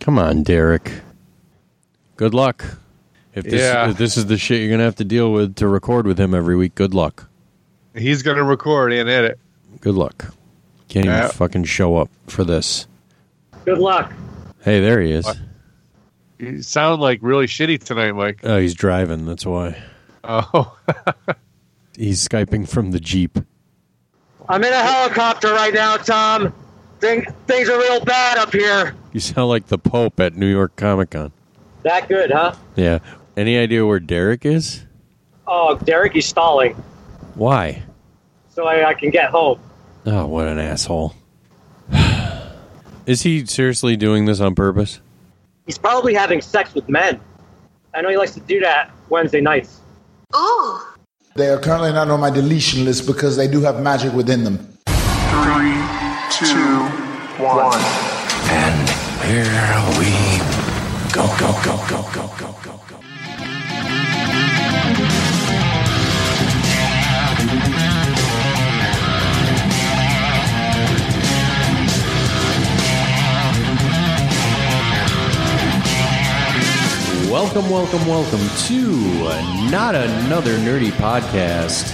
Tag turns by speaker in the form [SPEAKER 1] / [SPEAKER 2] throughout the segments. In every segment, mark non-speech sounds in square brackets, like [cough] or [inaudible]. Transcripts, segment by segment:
[SPEAKER 1] Come on, Derek. Good luck. If this,
[SPEAKER 2] Yeah.
[SPEAKER 1] if this is the shit you're going to have to deal with to record with him every week, good luck.
[SPEAKER 2] He's going to record and edit.
[SPEAKER 1] Good luck. Can't even
[SPEAKER 2] Yeah.
[SPEAKER 1] fucking show up for this.
[SPEAKER 3] Good luck.
[SPEAKER 1] Hey, there he is.
[SPEAKER 2] You sound like really shitty tonight, Mike. [laughs]
[SPEAKER 1] Oh, he's driving. That's why.
[SPEAKER 2] Oh,
[SPEAKER 1] He's Skyping from the Jeep.
[SPEAKER 3] I'm in a helicopter right now, Tom. Thing, things are real bad up here.
[SPEAKER 1] You sound like the Pope at New York Comic Con.
[SPEAKER 3] That good, huh?
[SPEAKER 1] Yeah. Any idea where Derek is?
[SPEAKER 3] Oh, Derek, he's stalling
[SPEAKER 1] Why?
[SPEAKER 3] so I, I can get home.
[SPEAKER 1] Oh, what an asshole. [sighs] is he seriously doing this on purpose?
[SPEAKER 3] He's probably having sex with men. I know he likes to do that Wednesday nights.
[SPEAKER 4] They are currently not on my deletion list because they do have magic within them.
[SPEAKER 5] Three, two, one.
[SPEAKER 6] And here we go, go, go, go, go, go, go, go.
[SPEAKER 1] Welcome, welcome, welcome to Not Another Nerdy Podcast,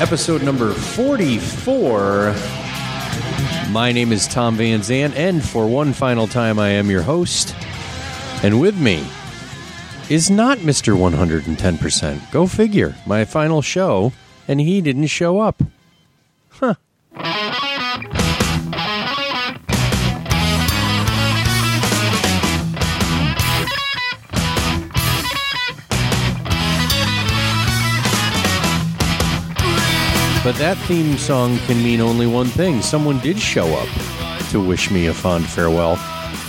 [SPEAKER 1] episode number 44. My name is Tom Van Zant, and for one final time, I am your host. And with me is not Mr. 110%. Go figure. My final show, and he didn't show up. But that theme song can mean only one thing. Someone did show up to wish me a fond farewell.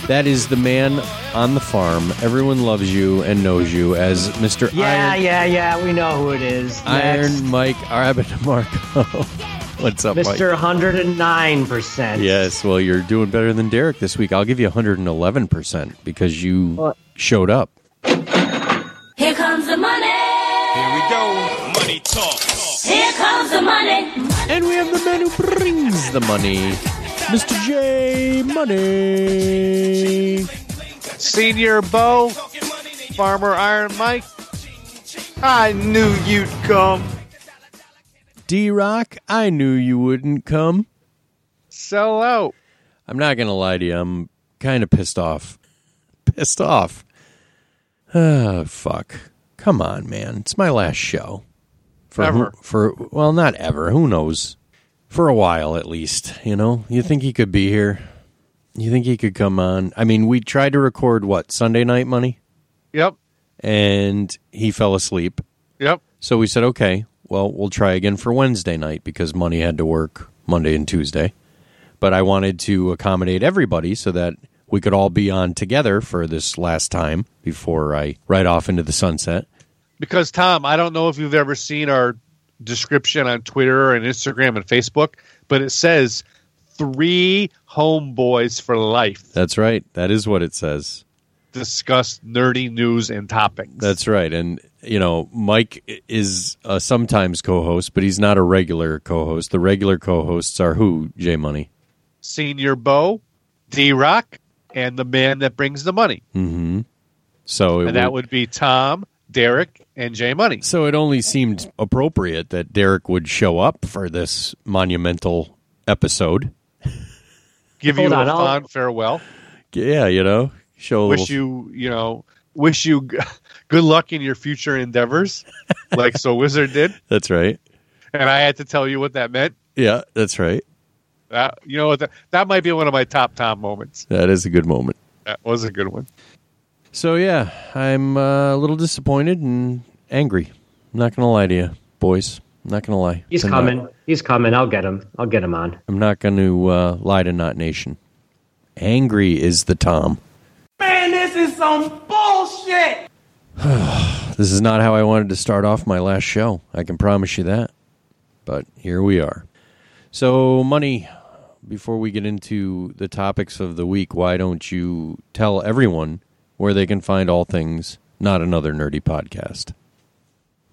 [SPEAKER 1] That is the man on the farm. Everyone loves you and knows you as Mr.
[SPEAKER 7] Yeah,
[SPEAKER 1] Iron,
[SPEAKER 7] yeah, yeah. We know who it is. Next,
[SPEAKER 1] Iron Mike Arabinamarco. [laughs] What's up, Mike?
[SPEAKER 7] Mr. 109%.
[SPEAKER 1] Yes, well, you're doing better than Derek this week. I'll give you 111% because you
[SPEAKER 7] What?
[SPEAKER 1] showed up.
[SPEAKER 8] Here comes the money. Here we go. Money talk. Here comes the money.
[SPEAKER 1] And we have the man who brings the money, Mr. J Money.
[SPEAKER 2] Senior Bo, Farmer Iron Mike. I knew you'd come.
[SPEAKER 1] D Rock, I knew you wouldn't come.
[SPEAKER 2] Sell out.
[SPEAKER 1] I'm not gonna lie to you. I'm kind of pissed off. [laughs] Pissed off. Ah, fuck. Come on, man. It's my last show. For
[SPEAKER 2] Ever.
[SPEAKER 1] Who, for well, not ever. Who knows? For a while, at least. You know. You think he could be here? You think he could come on? I mean, we tried to record what Sunday night, money,
[SPEAKER 2] Yep.
[SPEAKER 1] and he fell asleep.
[SPEAKER 2] Yep.
[SPEAKER 1] So we said, okay, well, we'll try again for Wednesday night because money had to work Monday and Tuesday. But I wanted to accommodate everybody so that we could all be on together for this last time before I ride off into the sunset.
[SPEAKER 2] Because, Tom, I don't know if you've ever seen our description on Twitter and Instagram and Facebook, but it says three homeboys for life
[SPEAKER 1] That's right. That is what it says.
[SPEAKER 2] discuss nerdy news and topics.
[SPEAKER 1] That's right. And, you know, Mike i- is a sometimes co host, but he's not a regular co host. The regular co hosts are who, J Money?
[SPEAKER 2] Senior Bo, D Rock, and the man that brings the money.
[SPEAKER 1] So it
[SPEAKER 2] And that would be Tom, Derek, and Jay Money.
[SPEAKER 1] So it only seemed appropriate that Derek would show up for this monumental episode.
[SPEAKER 2] Give
[SPEAKER 7] Hold
[SPEAKER 2] you
[SPEAKER 7] on,
[SPEAKER 2] a
[SPEAKER 7] I'll-
[SPEAKER 2] fond farewell.
[SPEAKER 1] Yeah, you know, show a
[SPEAKER 2] Wish
[SPEAKER 1] little-
[SPEAKER 2] you, you know, wish you g- [laughs] good luck in your future endeavors, like So Wizard did.
[SPEAKER 1] That's right.
[SPEAKER 2] And I had to tell you what that meant.
[SPEAKER 1] Yeah, that's right.
[SPEAKER 2] That, you know what? That, that might be one of my top Tom moments.
[SPEAKER 1] That is a good moment.
[SPEAKER 2] That was a good one.
[SPEAKER 1] So yeah, I'm uh, a little disappointed and angry. I'm not gonna lie to you, boys. I'm not gonna lie.
[SPEAKER 7] He's
[SPEAKER 1] To
[SPEAKER 7] coming.
[SPEAKER 1] Not,
[SPEAKER 7] He's coming. I'll get him. I'll get him on.
[SPEAKER 1] I'm not gonna uh, lie to Not Nation. Angry is the Tom.
[SPEAKER 5] Man, this is some bullshit.
[SPEAKER 1] [sighs] This is not how I wanted to start off my last show. I can promise you that. But here we are. So, money, before we get into the topics of the week, why don't you tell everyone where they can find all things not another nerdy podcast?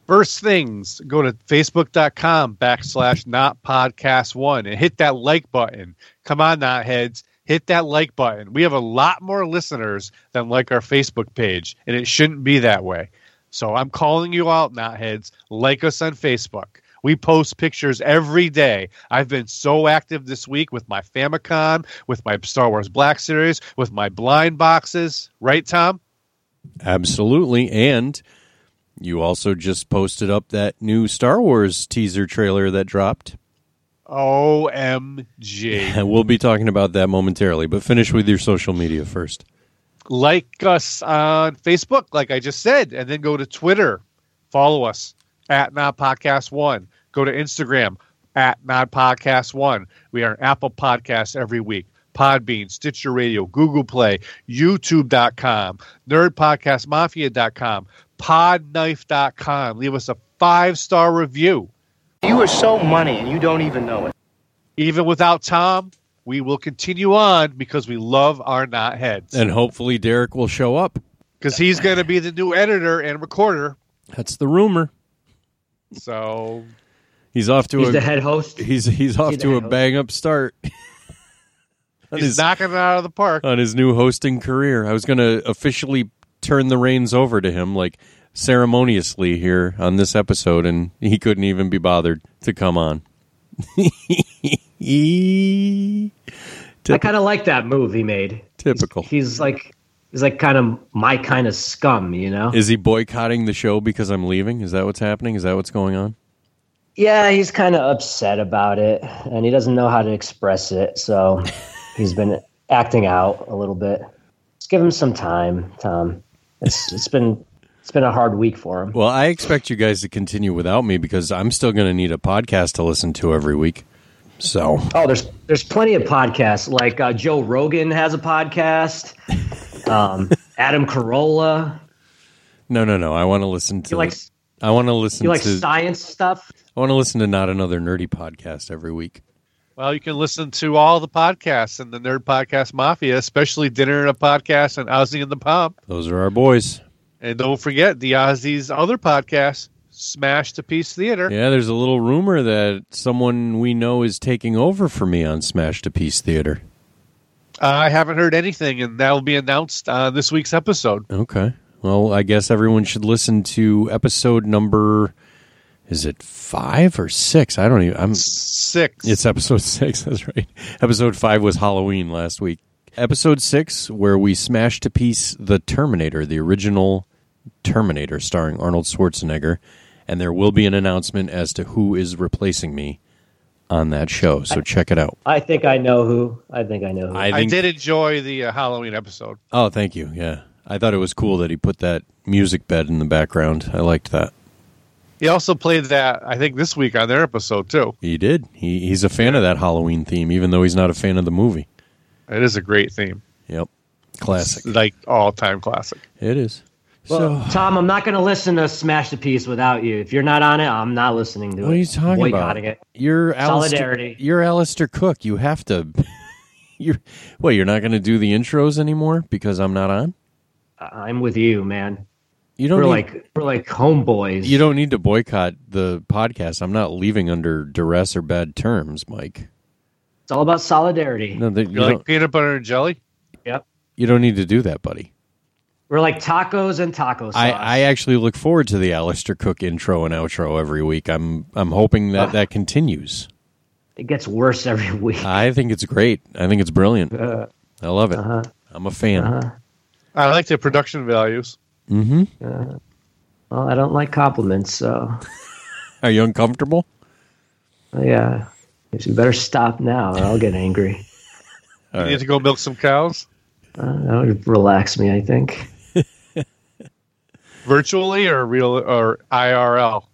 [SPEAKER 2] First things, go to facebook.com backslash not podcast one and hit that like button. Come on, not heads. hit that like button. We have a lot more listeners than like our Facebook page, and it shouldn't be that way. So I'm calling you out, knotheads. Like us on Facebook. We post pictures every day. I've been so active this week with my Famicom, with my Star Wars Black Series, with my blind boxes. Right, Tom?
[SPEAKER 1] Absolutely. And you also just posted up that new Star Wars teaser trailer that dropped.
[SPEAKER 2] OMG.
[SPEAKER 1] And we'll be talking about that momentarily, but finish with your social media first.
[SPEAKER 2] like us on Facebook, like I just said, and then go to Twitter. Follow us at Not Podcast One. Go to Instagram at Not Podcast One. We are on Apple Podcasts every week. Podbean, Stitcher Radio, Google Play, YouTube.com, NerdPodcastMafia.com, PodKnife.com. Leave us a five star review.
[SPEAKER 9] You are so money and you don't even know it.
[SPEAKER 2] Even without Tom, we will continue on because we love our not heads.
[SPEAKER 1] And hopefully Derek will show up.
[SPEAKER 2] because he's going to be the new editor and recorder.
[SPEAKER 1] That's the rumor.
[SPEAKER 2] So
[SPEAKER 1] He's off to
[SPEAKER 7] He's
[SPEAKER 1] a
[SPEAKER 7] the head host.
[SPEAKER 1] he's he's off
[SPEAKER 7] He's the
[SPEAKER 1] to a
[SPEAKER 7] head host.
[SPEAKER 1] bang up start [laughs] on,
[SPEAKER 2] he's
[SPEAKER 1] his,
[SPEAKER 2] knocking it out of the park.
[SPEAKER 1] on his new hosting career. I was going to officially turn the reins over to him like ceremoniously here on this episode and he couldn't even be bothered to come on. [laughs]
[SPEAKER 7] I kind of like that move he made.
[SPEAKER 1] Typical.
[SPEAKER 7] He's, he's like he's like kind of my kind of scum, you know.
[SPEAKER 1] Is he boycotting the show because I'm leaving? Is that what's happening? Is that what's going on?
[SPEAKER 7] yeah, he's kind of upset about it, and he doesn't know how to express
[SPEAKER 1] [laughs]
[SPEAKER 7] it, so he's been acting out a little bit. Just give him some time, Tom. It's it's been it's been a hard week for him.
[SPEAKER 1] Well, I expect you guys to continue without me because I'm still going to need a podcast to listen to every week. So,
[SPEAKER 7] Oh, there's there's plenty of podcasts. Like uh, Joe Rogan has a
[SPEAKER 1] [laughs]
[SPEAKER 7] podcast. Um, Adam Carolla.
[SPEAKER 1] no, no, no. I want to listen to
[SPEAKER 7] You like
[SPEAKER 1] I want to listen
[SPEAKER 7] you like
[SPEAKER 1] to
[SPEAKER 7] science stuff.
[SPEAKER 1] I want to listen to not another nerdy podcast every week.
[SPEAKER 2] Well, you can listen to all the podcasts and the Nerd Podcast Mafia, especially Dinner and a Podcast and Ozzy and the Pump.
[SPEAKER 1] Those are our boys.
[SPEAKER 2] And don't forget the Ozzy's other podcast, Smash to Peace Theater.
[SPEAKER 1] Yeah, there's a little rumor that someone we know is taking over for me on Smash to Peace Theater.
[SPEAKER 2] I haven't heard anything, and that will be announced on this week's episode.
[SPEAKER 1] Okay. Well, I guess everyone should listen to episode number is it 5 or 6? I don't even I'm
[SPEAKER 2] Six.
[SPEAKER 1] It's episode [laughs] six. That's right. Episode five was Halloween last week. Episode six, where we smashed to piece the Terminator, the original Terminator, starring Arnold Schwarzenegger, and there will be an announcement as to who is replacing me on that show. So check it out.
[SPEAKER 7] I think I know who. I think I know who.
[SPEAKER 1] I
[SPEAKER 2] I
[SPEAKER 1] think.
[SPEAKER 2] did enjoy the uh, Halloween episode.
[SPEAKER 1] Oh, thank you. Yeah, I thought it was cool that he put that music bed in the background. I liked that.
[SPEAKER 2] He also played that, I think, this week on their episode, too.
[SPEAKER 1] He did. He, he's a fan of that Halloween theme, even though he's not a fan of the movie.
[SPEAKER 2] It is a great theme,
[SPEAKER 1] Yep, classic.
[SPEAKER 2] like all time classic.
[SPEAKER 1] It is.
[SPEAKER 7] Well, Tom, I'm not going to listen to Smash the Piece without you. If you're not on it, I'm not listening to it.
[SPEAKER 1] What are you talking
[SPEAKER 7] Boycotting
[SPEAKER 1] about?
[SPEAKER 7] it.
[SPEAKER 1] You're Alistair,
[SPEAKER 7] Solidarity.
[SPEAKER 1] You're Alistair Cook. You have to. [laughs] you're well. You're not going to do the intros anymore because I'm not on.
[SPEAKER 7] I- I'm with you, man.
[SPEAKER 1] You don't
[SPEAKER 7] We're
[SPEAKER 1] need,
[SPEAKER 7] like we're like homeboys.
[SPEAKER 1] you don't need to boycott the podcast. I'm not leaving under duress or bad terms, Mike.
[SPEAKER 7] It's all about solidarity.
[SPEAKER 1] No, that- you,
[SPEAKER 2] You like
[SPEAKER 1] don't,
[SPEAKER 2] peanut butter and jelly?
[SPEAKER 7] Yep.
[SPEAKER 1] you don't need to do that, buddy.
[SPEAKER 7] We're like tacos and tacos.
[SPEAKER 1] I, I actually look forward to the Alistair Cook intro and outro every week. I'm I'm hoping
[SPEAKER 2] Ah.
[SPEAKER 1] that that continues.
[SPEAKER 7] it gets worse every [laughs] week.
[SPEAKER 1] I think it's great. I think it's brilliant.
[SPEAKER 2] Uh,
[SPEAKER 1] I love it.
[SPEAKER 2] uh-huh.
[SPEAKER 1] I'm a fan.
[SPEAKER 2] I like the production values.
[SPEAKER 7] well, I don't like compliments, so
[SPEAKER 1] Are you uncomfortable?
[SPEAKER 7] yeah. You better stop now, or I'll get angry.
[SPEAKER 2] you need to go milk some cows
[SPEAKER 7] That would relax me, I think.
[SPEAKER 2] virtually or real or IRL.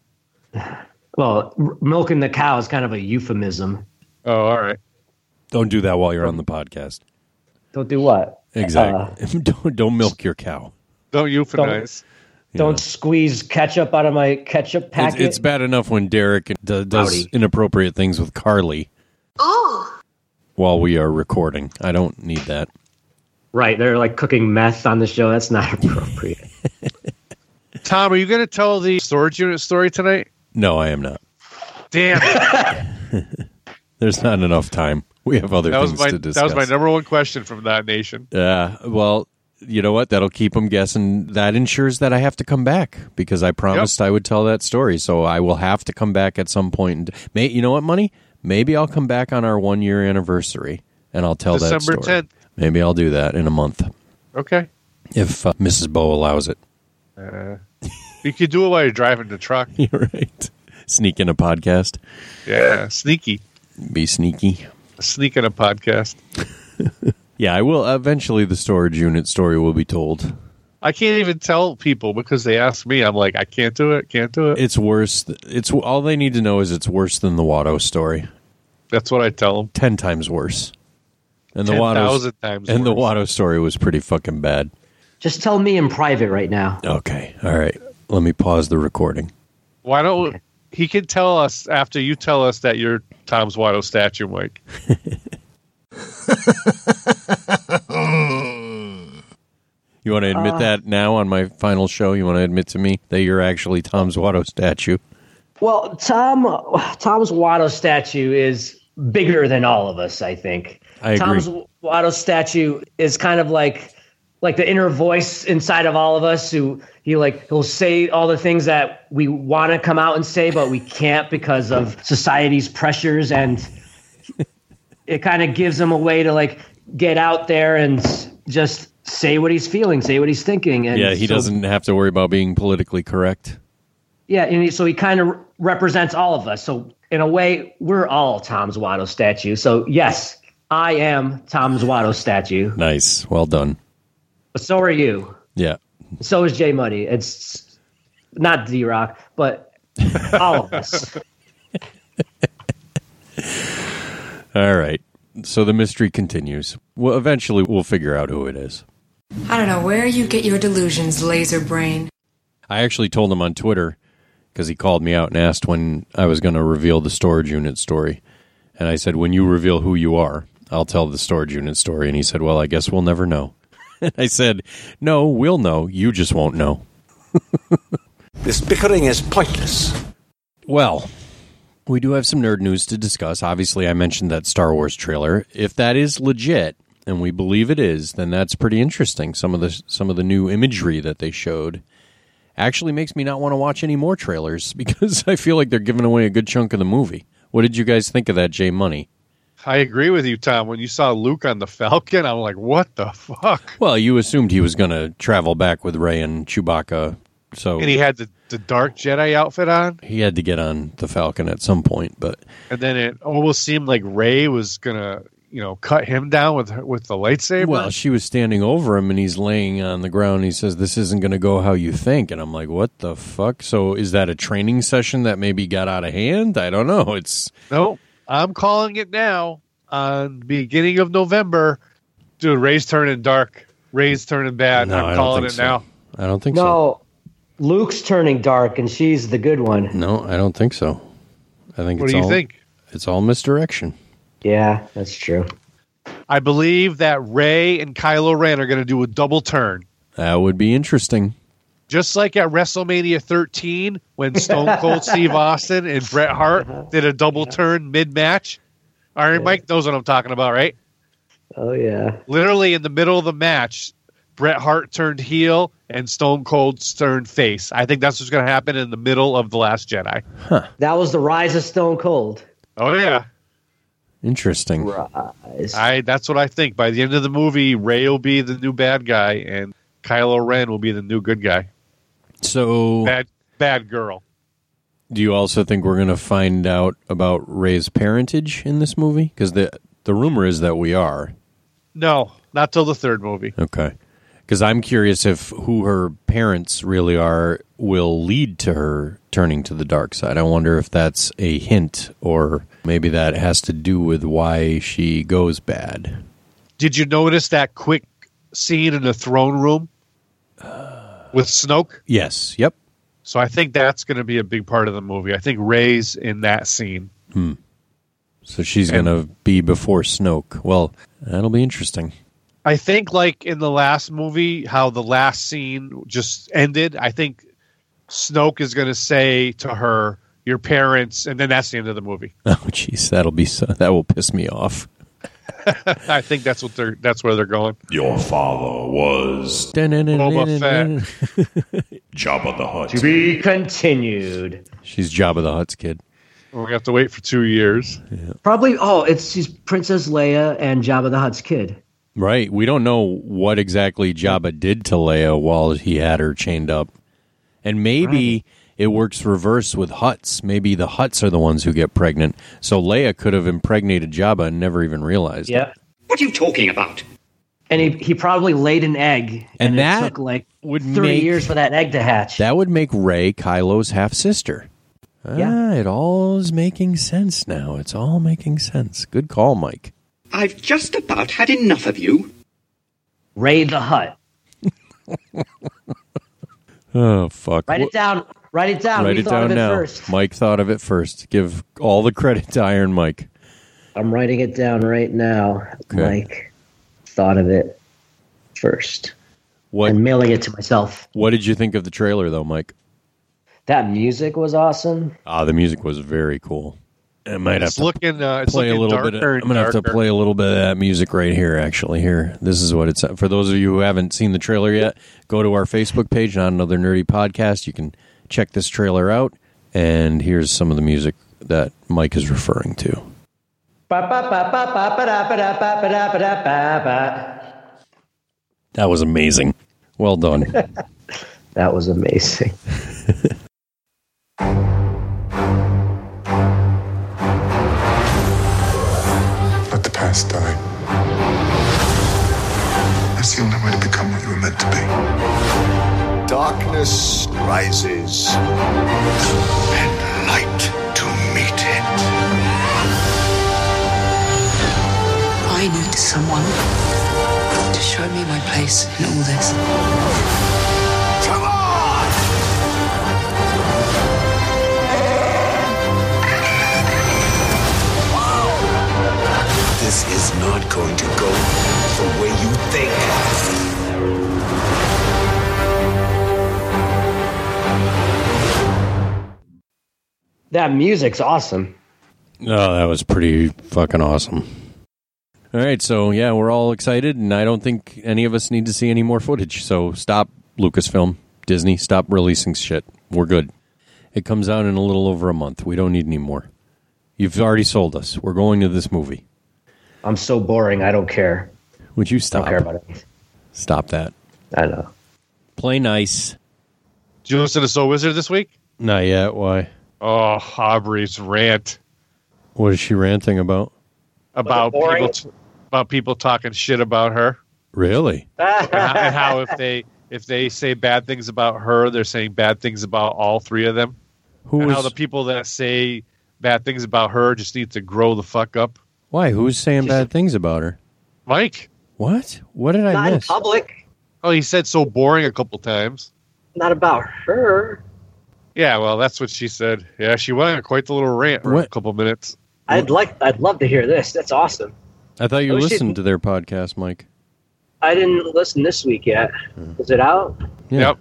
[SPEAKER 7] Well, r- milking the cow is kind of a euphemism.
[SPEAKER 2] Oh, all right.
[SPEAKER 1] Don't do that while you're on the podcast.
[SPEAKER 7] Don't do what? Uh,
[SPEAKER 2] Uh.
[SPEAKER 1] Exactly. [laughs] don't don't milk your cow.
[SPEAKER 2] Don't euphemize.
[SPEAKER 7] Don't squeeze ketchup out of my ketchup
[SPEAKER 1] It's,
[SPEAKER 7] packet.
[SPEAKER 1] it's bad enough when Derek d- does
[SPEAKER 7] Howdy.
[SPEAKER 1] inappropriate things with Carly. While we are recording, I don't need that.
[SPEAKER 7] right. They're like cooking meth on the show. That's not [laughs] appropriate.
[SPEAKER 2] Tom, are you going to tell the storage unit story tonight?
[SPEAKER 1] No, I am not. [laughs]
[SPEAKER 2] Damn. it.
[SPEAKER 1] There's not enough time. we have other
[SPEAKER 2] That was
[SPEAKER 1] things
[SPEAKER 2] my
[SPEAKER 1] to discuss.
[SPEAKER 2] that was my number one question from that nation.
[SPEAKER 1] Yeah. Uh, Well, you know what? That'll keep them guessing. That ensures that I have to come back because I promised I would tell that story. So I will have to come back at some point. And may, you know what, money? Maybe I'll come back on our one year anniversary and I'll tell that
[SPEAKER 2] December
[SPEAKER 1] story.
[SPEAKER 2] 10th.
[SPEAKER 1] Maybe I'll do that in a month
[SPEAKER 2] Okay,
[SPEAKER 1] if uh, Mrs. Bo allows it.
[SPEAKER 2] you could do it while you're driving
[SPEAKER 1] [laughs]
[SPEAKER 2] the truck.
[SPEAKER 1] [laughs] You're right. Sneak in a podcast.
[SPEAKER 2] Yeah, sneaky,
[SPEAKER 1] Be sneaky.
[SPEAKER 2] sneak in a podcast.
[SPEAKER 1] Yeah, I will. Eventually, the storage unit story will be told.
[SPEAKER 2] I can't even tell people because they ask me. I'm like, I can't do it. Can't do it.
[SPEAKER 1] It's worse. th- It's all they need to know is it's worse than the Watto story.
[SPEAKER 2] That's what I tell them.
[SPEAKER 1] ten times worse. And the
[SPEAKER 2] Ten
[SPEAKER 1] Watto
[SPEAKER 2] thousand times.
[SPEAKER 1] and the
[SPEAKER 2] worse.
[SPEAKER 1] Watto story was pretty fucking bad.
[SPEAKER 7] Just tell me in private right now.
[SPEAKER 1] Okay, all right. Let me pause the recording.
[SPEAKER 2] Why don't he can tell us after you tell us that you're Tom's Watto statue, Mike?
[SPEAKER 1] You want to admit that now on my final show? You want to admit to me that you're actually Tom's Watto statue?
[SPEAKER 7] Well, Tom, Tom's Watto statue is bigger than all of us. I think
[SPEAKER 1] I agree.
[SPEAKER 7] Tom's Watto statue is kind of like like the inner voice inside of all of us who he like he'll say all the things that we want to come out and say but we can't because of society's pressures and it kind of gives him a way to like get out there and just say what he's feeling say what he's thinking and
[SPEAKER 1] Yeah, he
[SPEAKER 7] so-
[SPEAKER 1] doesn't have to worry about being politically correct.
[SPEAKER 7] yeah, and he, so he kind of represents all of us. So in a way, we're all Tom's Watto statue. So yes, I am Tom's Watto statue.
[SPEAKER 1] Nice, well done.
[SPEAKER 7] But so are you.
[SPEAKER 1] Yeah,
[SPEAKER 7] So is Jay Muddy. It's not D Rock, [laughs] but all of us.
[SPEAKER 1] all right. So the mystery continues. Well, eventually we'll figure out who it is.
[SPEAKER 10] I don't know where you get your delusions, laser brain.
[SPEAKER 1] I actually told him on Twitter because he called me out and asked when I was going to reveal the storage unit story. And I said, When you reveal who you are, I'll tell the storage unit story. And he said, Well, I guess we'll never know. [laughs] And I said, No, we'll know. You just won't know.
[SPEAKER 6] This bickering is pointless.
[SPEAKER 1] Well, we do have some nerd news to discuss. Obviously, I mentioned that Star Wars trailer. If that is legit, and we believe it is, then that's pretty interesting. Some of the some of the new imagery that they showed actually makes me not want to watch any more trailers [laughs] because I feel like they're giving away a good chunk of the movie. What did you guys think of that, Jay Money?
[SPEAKER 2] I agree with you, Tom. When you saw Luke on the Falcon, I'm like, what the fuck?
[SPEAKER 1] Well, you assumed he was going to travel back with Ray and Chewbacca, so
[SPEAKER 2] And he had the, the dark Jedi outfit on,
[SPEAKER 1] he had to get on the Falcon at some point. But
[SPEAKER 2] and then it almost seemed like Ray was gonna, you know, cut him down with her- with the lightsaber.
[SPEAKER 1] Well, she was standing over him and he's laying on the ground. And he says, This isn't going to go how you think. And I'm like, What the fuck? So is that a training session that maybe got out of hand? I don't know. It's
[SPEAKER 2] no, I'm calling it now. On beginning of November, dude, Ray's turning dark. Ray's turning bad.
[SPEAKER 1] No, I don't
[SPEAKER 2] I'm calling it
[SPEAKER 1] think so.
[SPEAKER 2] now.
[SPEAKER 1] I don't think so.
[SPEAKER 7] No, Luke's turning dark, and she's the good one.
[SPEAKER 1] No, I don't think so. I think
[SPEAKER 2] What
[SPEAKER 1] it's
[SPEAKER 2] do you
[SPEAKER 1] all
[SPEAKER 2] think?
[SPEAKER 1] it's all misdirection.
[SPEAKER 7] Yeah, that's true.
[SPEAKER 2] I believe that Ray and Kylo Ren are gonna do a double turn.
[SPEAKER 1] That would be interesting.
[SPEAKER 2] Just like at WrestleMania 13, when Stone Cold Steve Austin and Bret Hart did a double turn mid match. Iron Mike knows what I'm talking about, right?
[SPEAKER 7] Oh yeah.
[SPEAKER 2] Literally in the middle of the match, Bret Hart turned heel and Stone Cold turned face. I think that's what's going to happen in the middle of The Last Jedi.
[SPEAKER 7] That was the rise of Stone Cold.
[SPEAKER 2] Oh, yeah.
[SPEAKER 1] Interesting.
[SPEAKER 2] I That's what I think. By the end of the movie, Ray will be the new bad guy and Kylo Ren will be the new good guy.
[SPEAKER 1] So
[SPEAKER 2] Bad, bad girl.
[SPEAKER 1] do you also think we're going to find out about Ray's parentage in this movie? Because the the rumor is that we are.
[SPEAKER 2] No, not till the third movie.
[SPEAKER 1] Okay. Because I'm curious if who her parents really are will lead to her turning to the dark side. I wonder if that's a hint or maybe that has to do with why she goes bad.
[SPEAKER 2] Did you notice that quick scene in the throne room with Snoke?
[SPEAKER 1] Yes. Yep.
[SPEAKER 2] So I think that's going to be a big part of the movie. I think Ray's in that scene.
[SPEAKER 1] So she's going to be before Snoke. Well, that'll be interesting. [laughs]
[SPEAKER 2] I think, like in the last movie, how the last scene just ended, I think Snoke is going to say to her, Your parents, and then that's the end of the movie.
[SPEAKER 1] Oh, jeez. That'll be so. That will piss me off.
[SPEAKER 2] I think that's what they're. That's where they're going.
[SPEAKER 11] Your father was
[SPEAKER 2] Boba
[SPEAKER 11] Jabba the Hutt.
[SPEAKER 7] To be continued.
[SPEAKER 1] She's Jabba the Hutt's kid.
[SPEAKER 2] We have to wait for two years.
[SPEAKER 7] Probably. Oh, it's she's Princess Leia and Jabba the Hutt's kid.
[SPEAKER 1] Right. We don't know what exactly Jabba did to Leia while he had her chained up. And maybe it works reverse with Huts. Maybe the Huts are the ones who get pregnant. So Leia could have impregnated Jabba and never even realized. it.
[SPEAKER 7] Yep. What are you talking about? And he, he probably laid an egg,
[SPEAKER 1] And
[SPEAKER 7] and,
[SPEAKER 1] that
[SPEAKER 7] it took like
[SPEAKER 1] would
[SPEAKER 7] three
[SPEAKER 1] make-
[SPEAKER 7] years for that egg to hatch.
[SPEAKER 1] That would make Ray Kylo's half sister. Ah,
[SPEAKER 7] Yeah.
[SPEAKER 1] it all is making sense now. It's all making sense. Good call, Mike.
[SPEAKER 12] I've just about had enough of you.
[SPEAKER 7] Ray the Hut.
[SPEAKER 1] Oh fuck.
[SPEAKER 7] Write it down. Write it down.
[SPEAKER 1] Write
[SPEAKER 7] We
[SPEAKER 1] it
[SPEAKER 7] thought
[SPEAKER 1] down
[SPEAKER 7] of it
[SPEAKER 1] now.
[SPEAKER 7] first.
[SPEAKER 1] Mike thought of it first. Give all the credit to Iron Mike.
[SPEAKER 7] I'm writing it down right now. Mike thought of it first.
[SPEAKER 1] What?
[SPEAKER 7] I'm mailing it to myself.
[SPEAKER 1] What did you think of the trailer though, Mike?
[SPEAKER 7] That music was awesome.
[SPEAKER 1] Ah, the music was very cool. I might have
[SPEAKER 2] It's
[SPEAKER 1] to
[SPEAKER 2] looking. Uh, it's
[SPEAKER 1] play a
[SPEAKER 2] looking
[SPEAKER 1] little bit. Of,
[SPEAKER 2] darker
[SPEAKER 1] I'm
[SPEAKER 2] and
[SPEAKER 1] gonna have to
[SPEAKER 2] darker.
[SPEAKER 1] play a little bit of that music right here. Actually, here. This is what it's for those of you who haven't seen the trailer yet. Go to our Facebook page, not another nerdy podcast. You can check this trailer out. And here's some of the music that Mike is referring to.
[SPEAKER 7] That
[SPEAKER 1] That was amazing. Well done.
[SPEAKER 7] was amazing.
[SPEAKER 13] Let the past die. That's the only way to become what you were meant to be. Darkness rises, and light to meet it.
[SPEAKER 14] I need someone to show me my place in all this.
[SPEAKER 13] Come on!
[SPEAKER 6] This is not going to go the way you think.
[SPEAKER 7] That music's awesome.
[SPEAKER 1] Oh, that was pretty fucking awesome. All right, so yeah, we're all excited, and I don't think any of us need to see any more footage. So stop, Lucasfilm, Disney, stop releasing shit. We're good. It comes out in a little over a month. We don't need any more. You've already sold us. We're going to this movie.
[SPEAKER 7] I'm so boring. I don't care.
[SPEAKER 1] Would you stop?
[SPEAKER 7] I don't care about it.
[SPEAKER 1] Stop that.
[SPEAKER 7] I know.
[SPEAKER 1] Play nice.
[SPEAKER 2] Did you listen to Soul Wizard this week?
[SPEAKER 1] Not yet. Why?
[SPEAKER 2] Oh, Aubrey's rant
[SPEAKER 1] What is she ranting about?
[SPEAKER 2] about
[SPEAKER 3] boring?
[SPEAKER 2] people t- about people talking shit about her
[SPEAKER 1] Really?
[SPEAKER 2] and how, and how
[SPEAKER 1] [laughs]
[SPEAKER 2] if they if they say bad things about her, they're saying bad things about all three of them.
[SPEAKER 1] Who
[SPEAKER 2] and how
[SPEAKER 1] was-
[SPEAKER 2] the people that say bad things about her just need to grow the fuck up.
[SPEAKER 1] Why? Who's saying bad things about her?
[SPEAKER 2] Mike.
[SPEAKER 1] What? What did I miss?
[SPEAKER 7] public.
[SPEAKER 2] Oh, he said so boring a couple times.
[SPEAKER 7] Not about her.
[SPEAKER 2] Yeah, well, that's what she said. Yeah, she went on quite the little rant for a
[SPEAKER 1] What?
[SPEAKER 2] couple minutes.
[SPEAKER 7] I'd like. I'd love to hear this. That's awesome.
[SPEAKER 1] I thought you
[SPEAKER 7] Oh, shit.
[SPEAKER 1] listened to their podcast, Mike.
[SPEAKER 7] I didn't listen this week yet. Is it out?
[SPEAKER 1] Yep.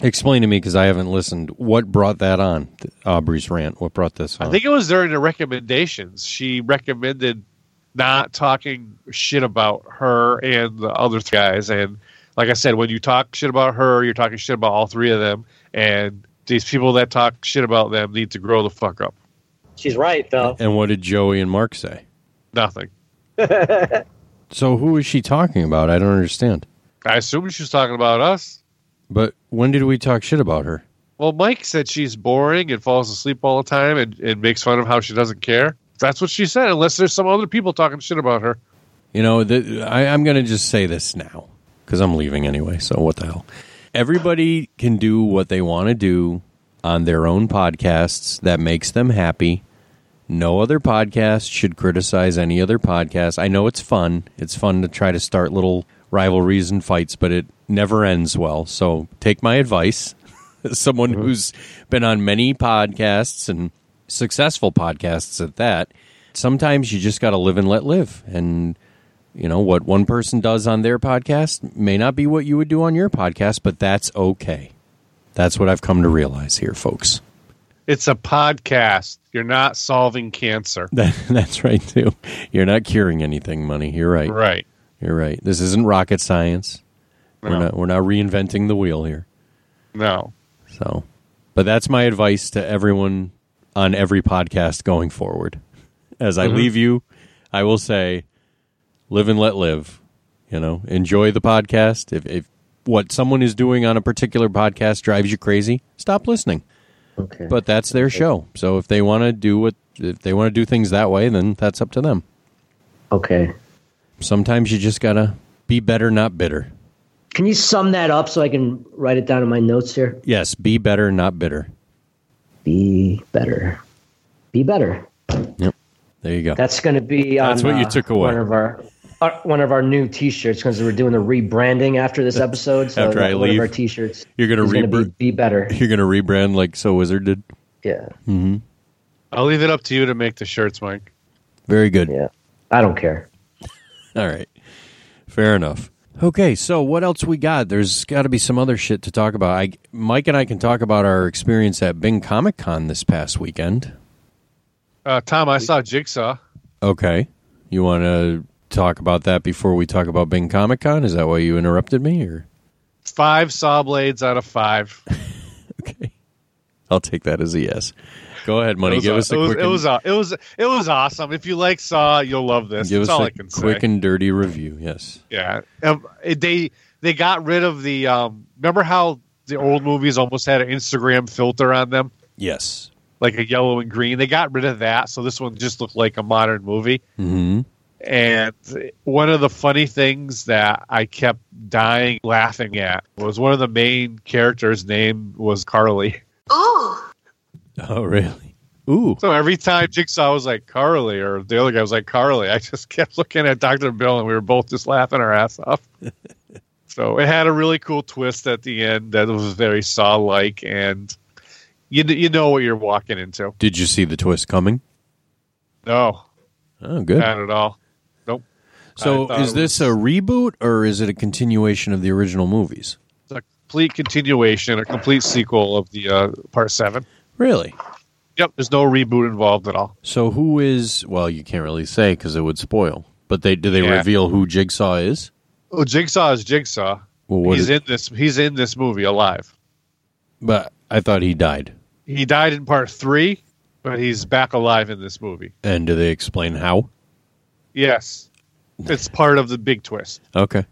[SPEAKER 1] Explain to me because I haven't listened. What brought that on? th- Aubrey's rant. What brought this on?
[SPEAKER 2] I think it was during the recommendations. She recommended not talking shit about her and the other th- guys. And like I said, when you talk shit about her, you're talking shit about all three of them. And these people that talk shit about them need to grow the fuck up.
[SPEAKER 7] She's right though.
[SPEAKER 1] and what did Joey and Mark say?
[SPEAKER 2] Nothing.
[SPEAKER 1] So who is she talking about? I don't understand.
[SPEAKER 2] I assume she's talking about us.
[SPEAKER 1] But when did we talk shit about her?
[SPEAKER 2] Well, Mike said she's boring and falls asleep all the time and, and makes fun of how she doesn't care. That's what she said, unless there's some other people talking shit about her.
[SPEAKER 1] You know, th I, I'm going to just say this now because I'm leaving anyway. So what the hell? Everybody can do what they want to do on their own podcasts that makes them happy. No other podcast should criticize any other podcast. I know it's fun. It's fun to try to start little rivalries and fights, but it never ends well. So take my advice. [laughs] As Someone who's been on many podcasts and successful podcasts at that, sometimes you just got to live and let live. And, you know, what one person does on their podcast may not be what you would do on your podcast, but that's okay. That's what I've come to realize here, folks. [laughs]
[SPEAKER 2] It's a podcast. You're not solving cancer.
[SPEAKER 1] That, that's right too. You're not curing anything, money. You're right.
[SPEAKER 2] Right.
[SPEAKER 1] You're right. This isn't rocket science. We're
[SPEAKER 2] No.
[SPEAKER 1] not we're not reinventing the wheel here.
[SPEAKER 2] No.
[SPEAKER 1] So, but that's my advice to everyone on every podcast going forward. As I
[SPEAKER 7] Mm-hmm.
[SPEAKER 2] Mhm.
[SPEAKER 1] leave you, I will say live and let live. You know, enjoy the podcast. If if what someone is doing on a particular podcast drives you crazy, stop listening.
[SPEAKER 7] Okay.
[SPEAKER 1] But that's their show. So if they want to do what if they want to do things that way, then that's up to them.
[SPEAKER 7] Okay.
[SPEAKER 1] Sometimes you just got to be better not bitter.
[SPEAKER 7] Can you sum that up so I can write it down in my notes here?
[SPEAKER 1] Yes, be better not bitter.
[SPEAKER 7] Be better. Be better.
[SPEAKER 1] Yep. There you go.
[SPEAKER 7] That's going to be on,
[SPEAKER 1] That's what you
[SPEAKER 7] uh,
[SPEAKER 1] took away.
[SPEAKER 7] One of our uh, one of our new T-shirts because we're doing the rebranding after
[SPEAKER 1] [laughs]
[SPEAKER 7] this episode. So
[SPEAKER 1] After I
[SPEAKER 7] one
[SPEAKER 1] leave,
[SPEAKER 7] of our T-shirts,
[SPEAKER 1] You're gonna,
[SPEAKER 7] is gonna be
[SPEAKER 1] rebr-
[SPEAKER 7] be better.
[SPEAKER 1] You're gonna rebrand like So Wizard did.
[SPEAKER 7] Yeah.
[SPEAKER 1] Mm-hmm.
[SPEAKER 2] I'll leave it up to you to make the shirts, Mike.
[SPEAKER 1] Very good.
[SPEAKER 7] Yeah. I don't care.
[SPEAKER 1] All right. Fair enough. Okay, so what else we got? There's got to be some other shit to talk about. I, Mike and I can talk about our experience at Bing Comic Con this past weekend.
[SPEAKER 2] Uh, Tom, I saw Jigsaw.
[SPEAKER 1] Okay, you want to talk about that before we talk about Bing Comic Con? Is that why you interrupted me, or [laughs]
[SPEAKER 2] Five saw blades out of five.
[SPEAKER 1] I'll take that as a yes. Go ahead, money.
[SPEAKER 2] It was
[SPEAKER 1] Give
[SPEAKER 2] aw-
[SPEAKER 1] us a
[SPEAKER 2] it was,
[SPEAKER 1] quick.
[SPEAKER 2] It was, aw- it was it was awesome. If you like Saw, you'll love this.
[SPEAKER 1] give
[SPEAKER 2] That's
[SPEAKER 1] us
[SPEAKER 2] all
[SPEAKER 1] a
[SPEAKER 2] I can
[SPEAKER 1] quick
[SPEAKER 2] say.
[SPEAKER 1] and dirty review. Yes.
[SPEAKER 2] yeah, um, it- they they got rid of the. Um, remember how the old movies almost had an Instagram filter on them,
[SPEAKER 1] Yes.
[SPEAKER 2] like a yellow and green. They got rid of that, so this one just looked like a modern movie.
[SPEAKER 1] Hmm.
[SPEAKER 2] And one of the funny things that I kept dying laughing at was one of the main characters' name was Carly.
[SPEAKER 1] [laughs]
[SPEAKER 2] [laughs]
[SPEAKER 1] Oh, really? Ooh.
[SPEAKER 2] So every time Jigsaw was like Carly, or the other guy was like Carly, I just [laughs] kept looking at Doctor Bill, and we were both just laughing our ass off. so it had a really cool twist at the end that was very Saw-like, and you you know what you're walking into.
[SPEAKER 1] Did you see the twist coming?
[SPEAKER 2] No,
[SPEAKER 1] Oh, good.
[SPEAKER 2] not at all. Nope. I
[SPEAKER 1] So
[SPEAKER 2] thought
[SPEAKER 1] is
[SPEAKER 2] it was
[SPEAKER 1] this a reboot or is it a continuation of the original movies?
[SPEAKER 2] a complete continuation, a complete sequel of the uh, part seven?
[SPEAKER 1] Really?
[SPEAKER 2] Yep. There's no reboot involved at all.
[SPEAKER 1] So who is? Well, you can't really say because it would spoil. But they do they
[SPEAKER 2] Yeah.
[SPEAKER 1] reveal who Jigsaw is?
[SPEAKER 2] Oh, Jigsaw is Jigsaw.
[SPEAKER 1] Well, what
[SPEAKER 2] he's
[SPEAKER 1] is-
[SPEAKER 2] in this. He's in this movie alive.
[SPEAKER 1] But I thought he died.
[SPEAKER 2] He died in part three, but he's back alive in this movie.
[SPEAKER 1] And do they explain how?
[SPEAKER 2] Yes, it's part of the big twist.
[SPEAKER 1] Okay.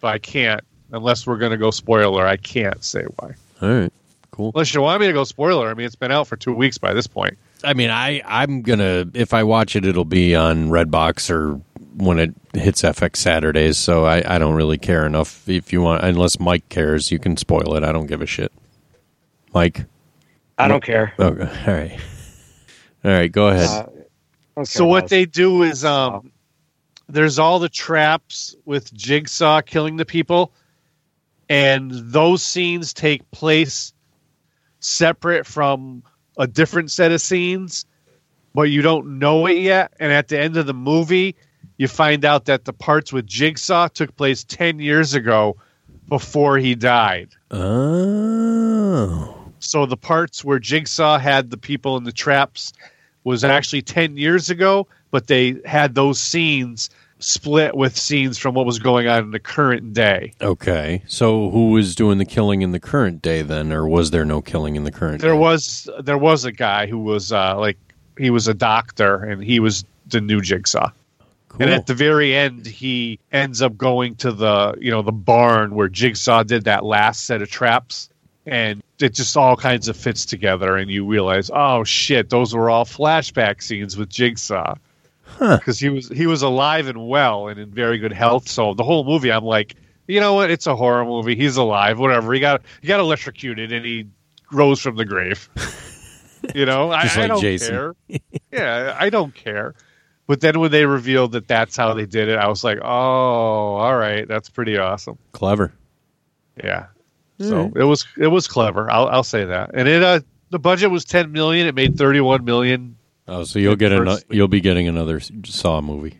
[SPEAKER 2] But I can't, unless we're going to go spoiler. I can't say why.
[SPEAKER 1] All right. Cool.
[SPEAKER 2] Unless you want me to go spoiler. I mean, it's been out for two weeks by this point.
[SPEAKER 1] I mean, I I'm gonna if I watch it, it'll be on Redbox or when it hits FX Saturdays. So I I don't really care enough. If you want, unless Mike cares, you can spoil it. I don't give a shit. Mike.
[SPEAKER 9] I don't care.
[SPEAKER 1] Okay. [laughs] All right. All right. Go ahead.
[SPEAKER 9] Uh,
[SPEAKER 2] so what they do is um there's all the traps with jigsaw killing the people and those scenes take place separate from a different set of scenes but you don't know it yet and at the end of the movie you find out that the parts with jigsaw took place 10 years ago before he died
[SPEAKER 1] oh.
[SPEAKER 2] so the parts where Jigsaw had the people in the traps was actually 10 years ago, but they had those scenes split with scenes from what was going on in the current day.
[SPEAKER 1] Okay. So who was doing the killing in the current day then, or was there no killing in the current?
[SPEAKER 2] There was there was a guy who was uh, like he was a doctor and he was the new Jigsaw. And at the very end he ends up going to the, you know, the barn where Jigsaw did that last set of traps and it just all kinds of fits together and you realize, "Oh shit, those were all flashback scenes with Jigsaw." because he was he was alive and well and in very good health. So the whole movie, I'm like, you know what? It's a horror movie. He's alive. Whatever. He got he got electrocuted and he rose from
[SPEAKER 1] [laughs]
[SPEAKER 2] the grave. you know, I,
[SPEAKER 1] Just
[SPEAKER 2] I
[SPEAKER 1] like
[SPEAKER 2] don't
[SPEAKER 1] Jason.
[SPEAKER 2] care.
[SPEAKER 1] [laughs]
[SPEAKER 2] yeah, I don't care. But then when they revealed that that's how they did it, I was like, oh, all right, that's pretty awesome.
[SPEAKER 1] Clever.
[SPEAKER 2] Yeah. So it was it was clever. I'll I'll say that. And it uh the budget was 10 million. It made 31 million.
[SPEAKER 1] Oh, so you'll get another.
[SPEAKER 2] First-
[SPEAKER 1] You'll be getting another Saw movie.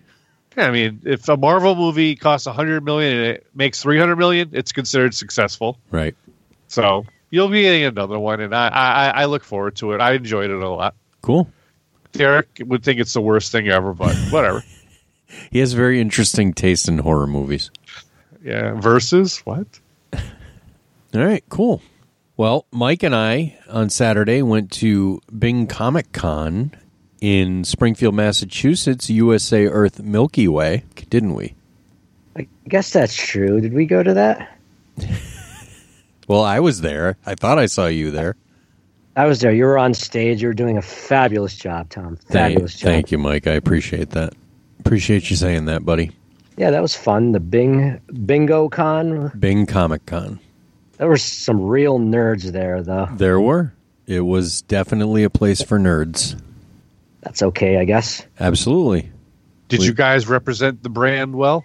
[SPEAKER 2] Yeah, I mean, if a Marvel movie costs 100 million and it makes 300 million, it's considered successful.
[SPEAKER 1] Right.
[SPEAKER 2] So you'll be getting another one, and I, I, I look forward to it. I enjoyed it a lot.
[SPEAKER 1] Cool.
[SPEAKER 2] Derek would think it's the worst thing ever, but [laughs] whatever.
[SPEAKER 1] He has very interesting taste in horror movies.
[SPEAKER 2] yeah. Versus what?
[SPEAKER 1] All right, cool. Well, Mike and I on Saturday went to Bing Comic Con in Springfield, Massachusetts, USA Earth Milky Way, didn't we?
[SPEAKER 7] I guess that's true. Did we go to that?
[SPEAKER 1] Well, I was there. I thought I saw you there.
[SPEAKER 7] I was there. You were on stage. You were doing a fabulous job, Tom.
[SPEAKER 1] Thank,
[SPEAKER 7] Fabulous job.
[SPEAKER 1] thank you, Mike. I appreciate that. Appreciate you saying that, buddy.
[SPEAKER 7] Yeah, that was fun. The Bing Bingo Con.
[SPEAKER 1] Bing Comic Con.
[SPEAKER 7] There were some real nerds there, though.
[SPEAKER 1] There were. It was definitely a place for nerds.
[SPEAKER 7] That's okay, I guess.
[SPEAKER 1] Absolutely.
[SPEAKER 2] Did you guys represent the brand well?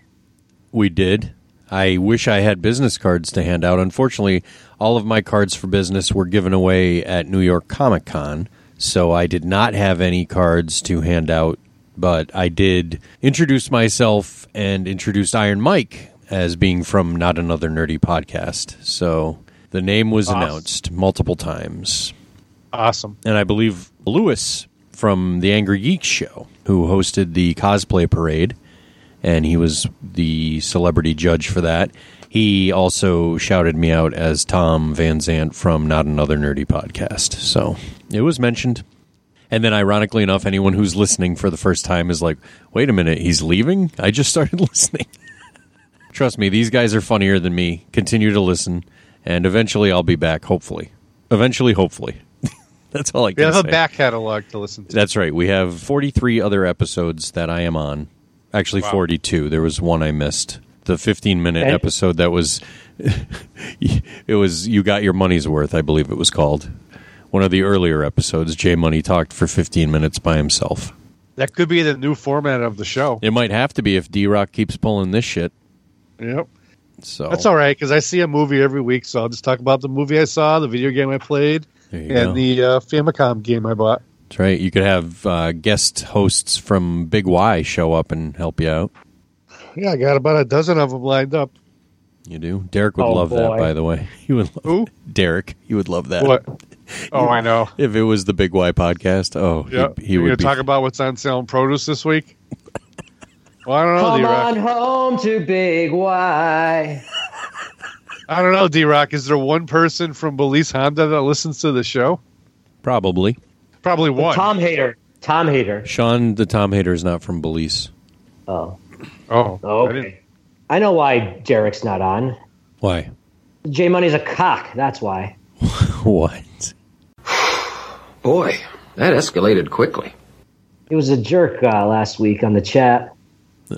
[SPEAKER 1] We did. I wish I had business cards to hand out. Unfortunately, all of my cards for business were given away at New York Comic Con, so I did not have any cards to hand out, but I did introduce myself and introduced Iron Mike as being from Not Another Nerdy Podcast. So the name was
[SPEAKER 2] Awesome.
[SPEAKER 1] announced multiple times.
[SPEAKER 2] Awesome.
[SPEAKER 1] And I believe Lewis from the Angry Geek Show, who hosted the cosplay parade, and he was the celebrity judge for that. He also shouted me out as Tom Van Zant from Not Another Nerdy Podcast. So it was mentioned. And then, ironically enough, anyone who's listening for the first time is like, wait a minute, he's leaving? I just started [laughs] listening. Trust me, these guys are funnier than me. Continue to listen, and eventually I'll be back, hopefully. Eventually, hopefully. [laughs] That's all I
[SPEAKER 2] We
[SPEAKER 1] can
[SPEAKER 2] have
[SPEAKER 1] say.
[SPEAKER 2] a back catalog to listen to.
[SPEAKER 1] That's right. We have 43 other episodes that I am on. Actually,
[SPEAKER 2] Wow.
[SPEAKER 1] 42. There was one I missed. The 15 minute
[SPEAKER 2] Okay.
[SPEAKER 1] episode that was, [laughs] it was You Got Your Money's Worth, I believe it was called. One of the earlier episodes, Jay Money talked for 15 minutes by himself.
[SPEAKER 2] That could be the new format of the show.
[SPEAKER 1] It might have to be if D Rock keeps pulling this shit.
[SPEAKER 2] Yep.
[SPEAKER 1] So
[SPEAKER 2] That's all right because I see a movie every week, so I'll just talk about the movie I saw, the video game I played,
[SPEAKER 1] There
[SPEAKER 2] and
[SPEAKER 1] you go.
[SPEAKER 2] the uh, Famicom game I bought.
[SPEAKER 1] That's right. You could have uh, guest hosts from Big Y show up and help you out.
[SPEAKER 2] Yeah, I got about a dozen of them lined up.
[SPEAKER 1] You do. Derek would
[SPEAKER 2] Oh,
[SPEAKER 1] love that,
[SPEAKER 2] boy.
[SPEAKER 1] by the way. [laughs] He would love
[SPEAKER 2] Who?
[SPEAKER 1] Derek. He would love that.
[SPEAKER 2] What? Oh, I know.
[SPEAKER 1] If it was the Big Y podcast, oh,
[SPEAKER 2] Yeah,
[SPEAKER 1] he, he
[SPEAKER 2] you
[SPEAKER 1] would
[SPEAKER 2] gonna
[SPEAKER 1] be.
[SPEAKER 2] talk about what's on sale in produce
[SPEAKER 1] [laughs]
[SPEAKER 2] this week. well, I don't know,
[SPEAKER 7] Come
[SPEAKER 2] D Rock.
[SPEAKER 7] on home to Big Y.
[SPEAKER 2] I don't know, D Rock. Is there one person from Belize Honda that listens to the show?
[SPEAKER 1] Probably.
[SPEAKER 2] Probably one.
[SPEAKER 7] Tom Hater. Tom Hater.
[SPEAKER 1] Sean, the Tom hater, is not from Belize.
[SPEAKER 7] Oh.
[SPEAKER 2] Oh.
[SPEAKER 7] Okay. I, know why Derek's not on.
[SPEAKER 1] Why?
[SPEAKER 7] J Money's a cock. That's
[SPEAKER 1] [laughs]
[SPEAKER 7] why.
[SPEAKER 1] What?
[SPEAKER 15] Boy, that escalated quickly.
[SPEAKER 7] He was a jerk uh, last week on the chat.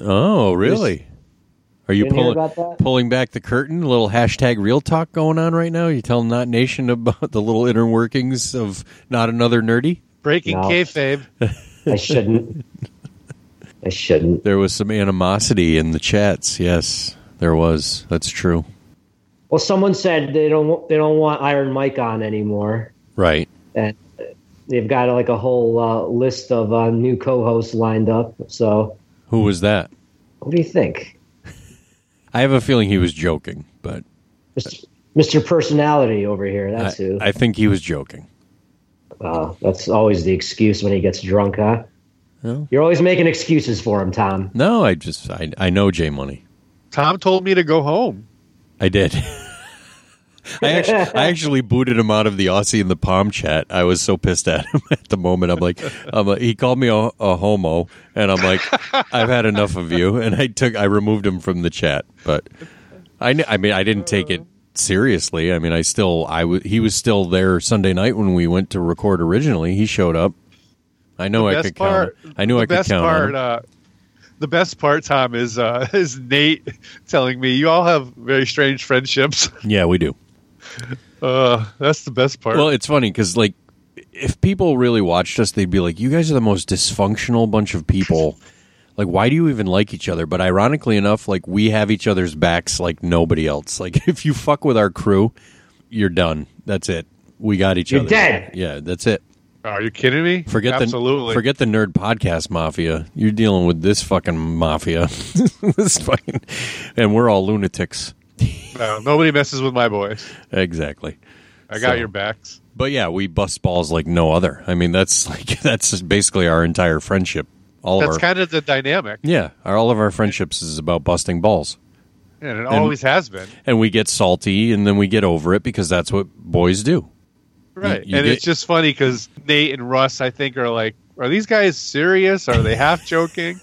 [SPEAKER 1] Oh, really? Are you
[SPEAKER 7] Didn't hear
[SPEAKER 1] pulling
[SPEAKER 7] about that?
[SPEAKER 1] pulling back the curtain? A little hashtag real talk going on right now. You telling Not Nation about [laughs] the little inner workings of not another nerdy
[SPEAKER 2] Breaking kayfabe.
[SPEAKER 1] [laughs]
[SPEAKER 7] I shouldn't. I shouldn't.
[SPEAKER 1] There was some animosity in the chats. Yes, there was. That's true.
[SPEAKER 7] Well, someone said they don't they don't want Iron Mike on anymore,
[SPEAKER 1] Right.
[SPEAKER 7] and they've got like a whole uh, list of uh, new co-hosts lined up. So,
[SPEAKER 1] Who was that?
[SPEAKER 7] what do you think,
[SPEAKER 1] I have a feeling he was joking, but
[SPEAKER 7] Mister Personality over here?
[SPEAKER 1] I,
[SPEAKER 7] That's who.
[SPEAKER 1] I think he was joking.
[SPEAKER 7] Wow, that's always the excuse when he gets drunk, huh?
[SPEAKER 1] No.
[SPEAKER 7] You're always making excuses for him, Tom.
[SPEAKER 1] No, I just I, I know J Money.
[SPEAKER 2] Tom told me to go home.
[SPEAKER 1] I did. [laughs] I actually, I actually booted him out of the Aussie in the palm chat. I was so pissed at him [laughs] at the moment. I'm like, I'm like he called me a, a homo, and I'm like, I've had enough of you. And I took, I removed him from the chat. But I, kn- I mean, I didn't take it seriously. I mean, I still, I w- he was still there Sunday night when we went to record originally. He showed up. I know I
[SPEAKER 2] best
[SPEAKER 1] could count. on- I knew
[SPEAKER 2] the
[SPEAKER 1] I could
[SPEAKER 2] best
[SPEAKER 1] count. on
[SPEAKER 2] Part,
[SPEAKER 1] him.
[SPEAKER 2] uh, the best part, Tom, is uh, [laughs] is Nate telling me you all have very strange friendships. [laughs]
[SPEAKER 1] yeah, we do.
[SPEAKER 2] Uh, that's the best part.
[SPEAKER 1] Well, it's funny because like if people really watched us, they'd be like, "You guys are the most dysfunctional bunch of people. [laughs] Like, why do you even like each other?" But ironically enough, like we have each other's backs like nobody else. Like [laughs] if you fuck with our crew, you're done. That's it. We got each
[SPEAKER 2] You're
[SPEAKER 1] other.
[SPEAKER 2] dead.
[SPEAKER 1] Yeah, that's it.
[SPEAKER 2] Are you kidding me?
[SPEAKER 1] Forget the
[SPEAKER 2] absolutely.
[SPEAKER 1] forget the nerd podcast mafia. You're dealing with this fucking mafia. [laughs] this fucking, and we're all lunatics. [laughs]
[SPEAKER 2] No, nobody messes with my boys.
[SPEAKER 1] Exactly.
[SPEAKER 2] I got your backs.
[SPEAKER 1] But yeah, we bust balls like no other. I mean, that's [laughs] like that's basically our entire friendship. All
[SPEAKER 2] That's
[SPEAKER 1] of our
[SPEAKER 2] kind of the dynamic,
[SPEAKER 1] yeah, our, all of our friendships is about busting balls,
[SPEAKER 2] and it always has been.
[SPEAKER 1] and we get salty, and then we get over it because that's what boys do.
[SPEAKER 2] Right.
[SPEAKER 1] you
[SPEAKER 2] and
[SPEAKER 1] get-
[SPEAKER 2] it's just funny because Nate and Russ, I think, are like, are these guys serious? Are they
[SPEAKER 1] [laughs]
[SPEAKER 2] half joking?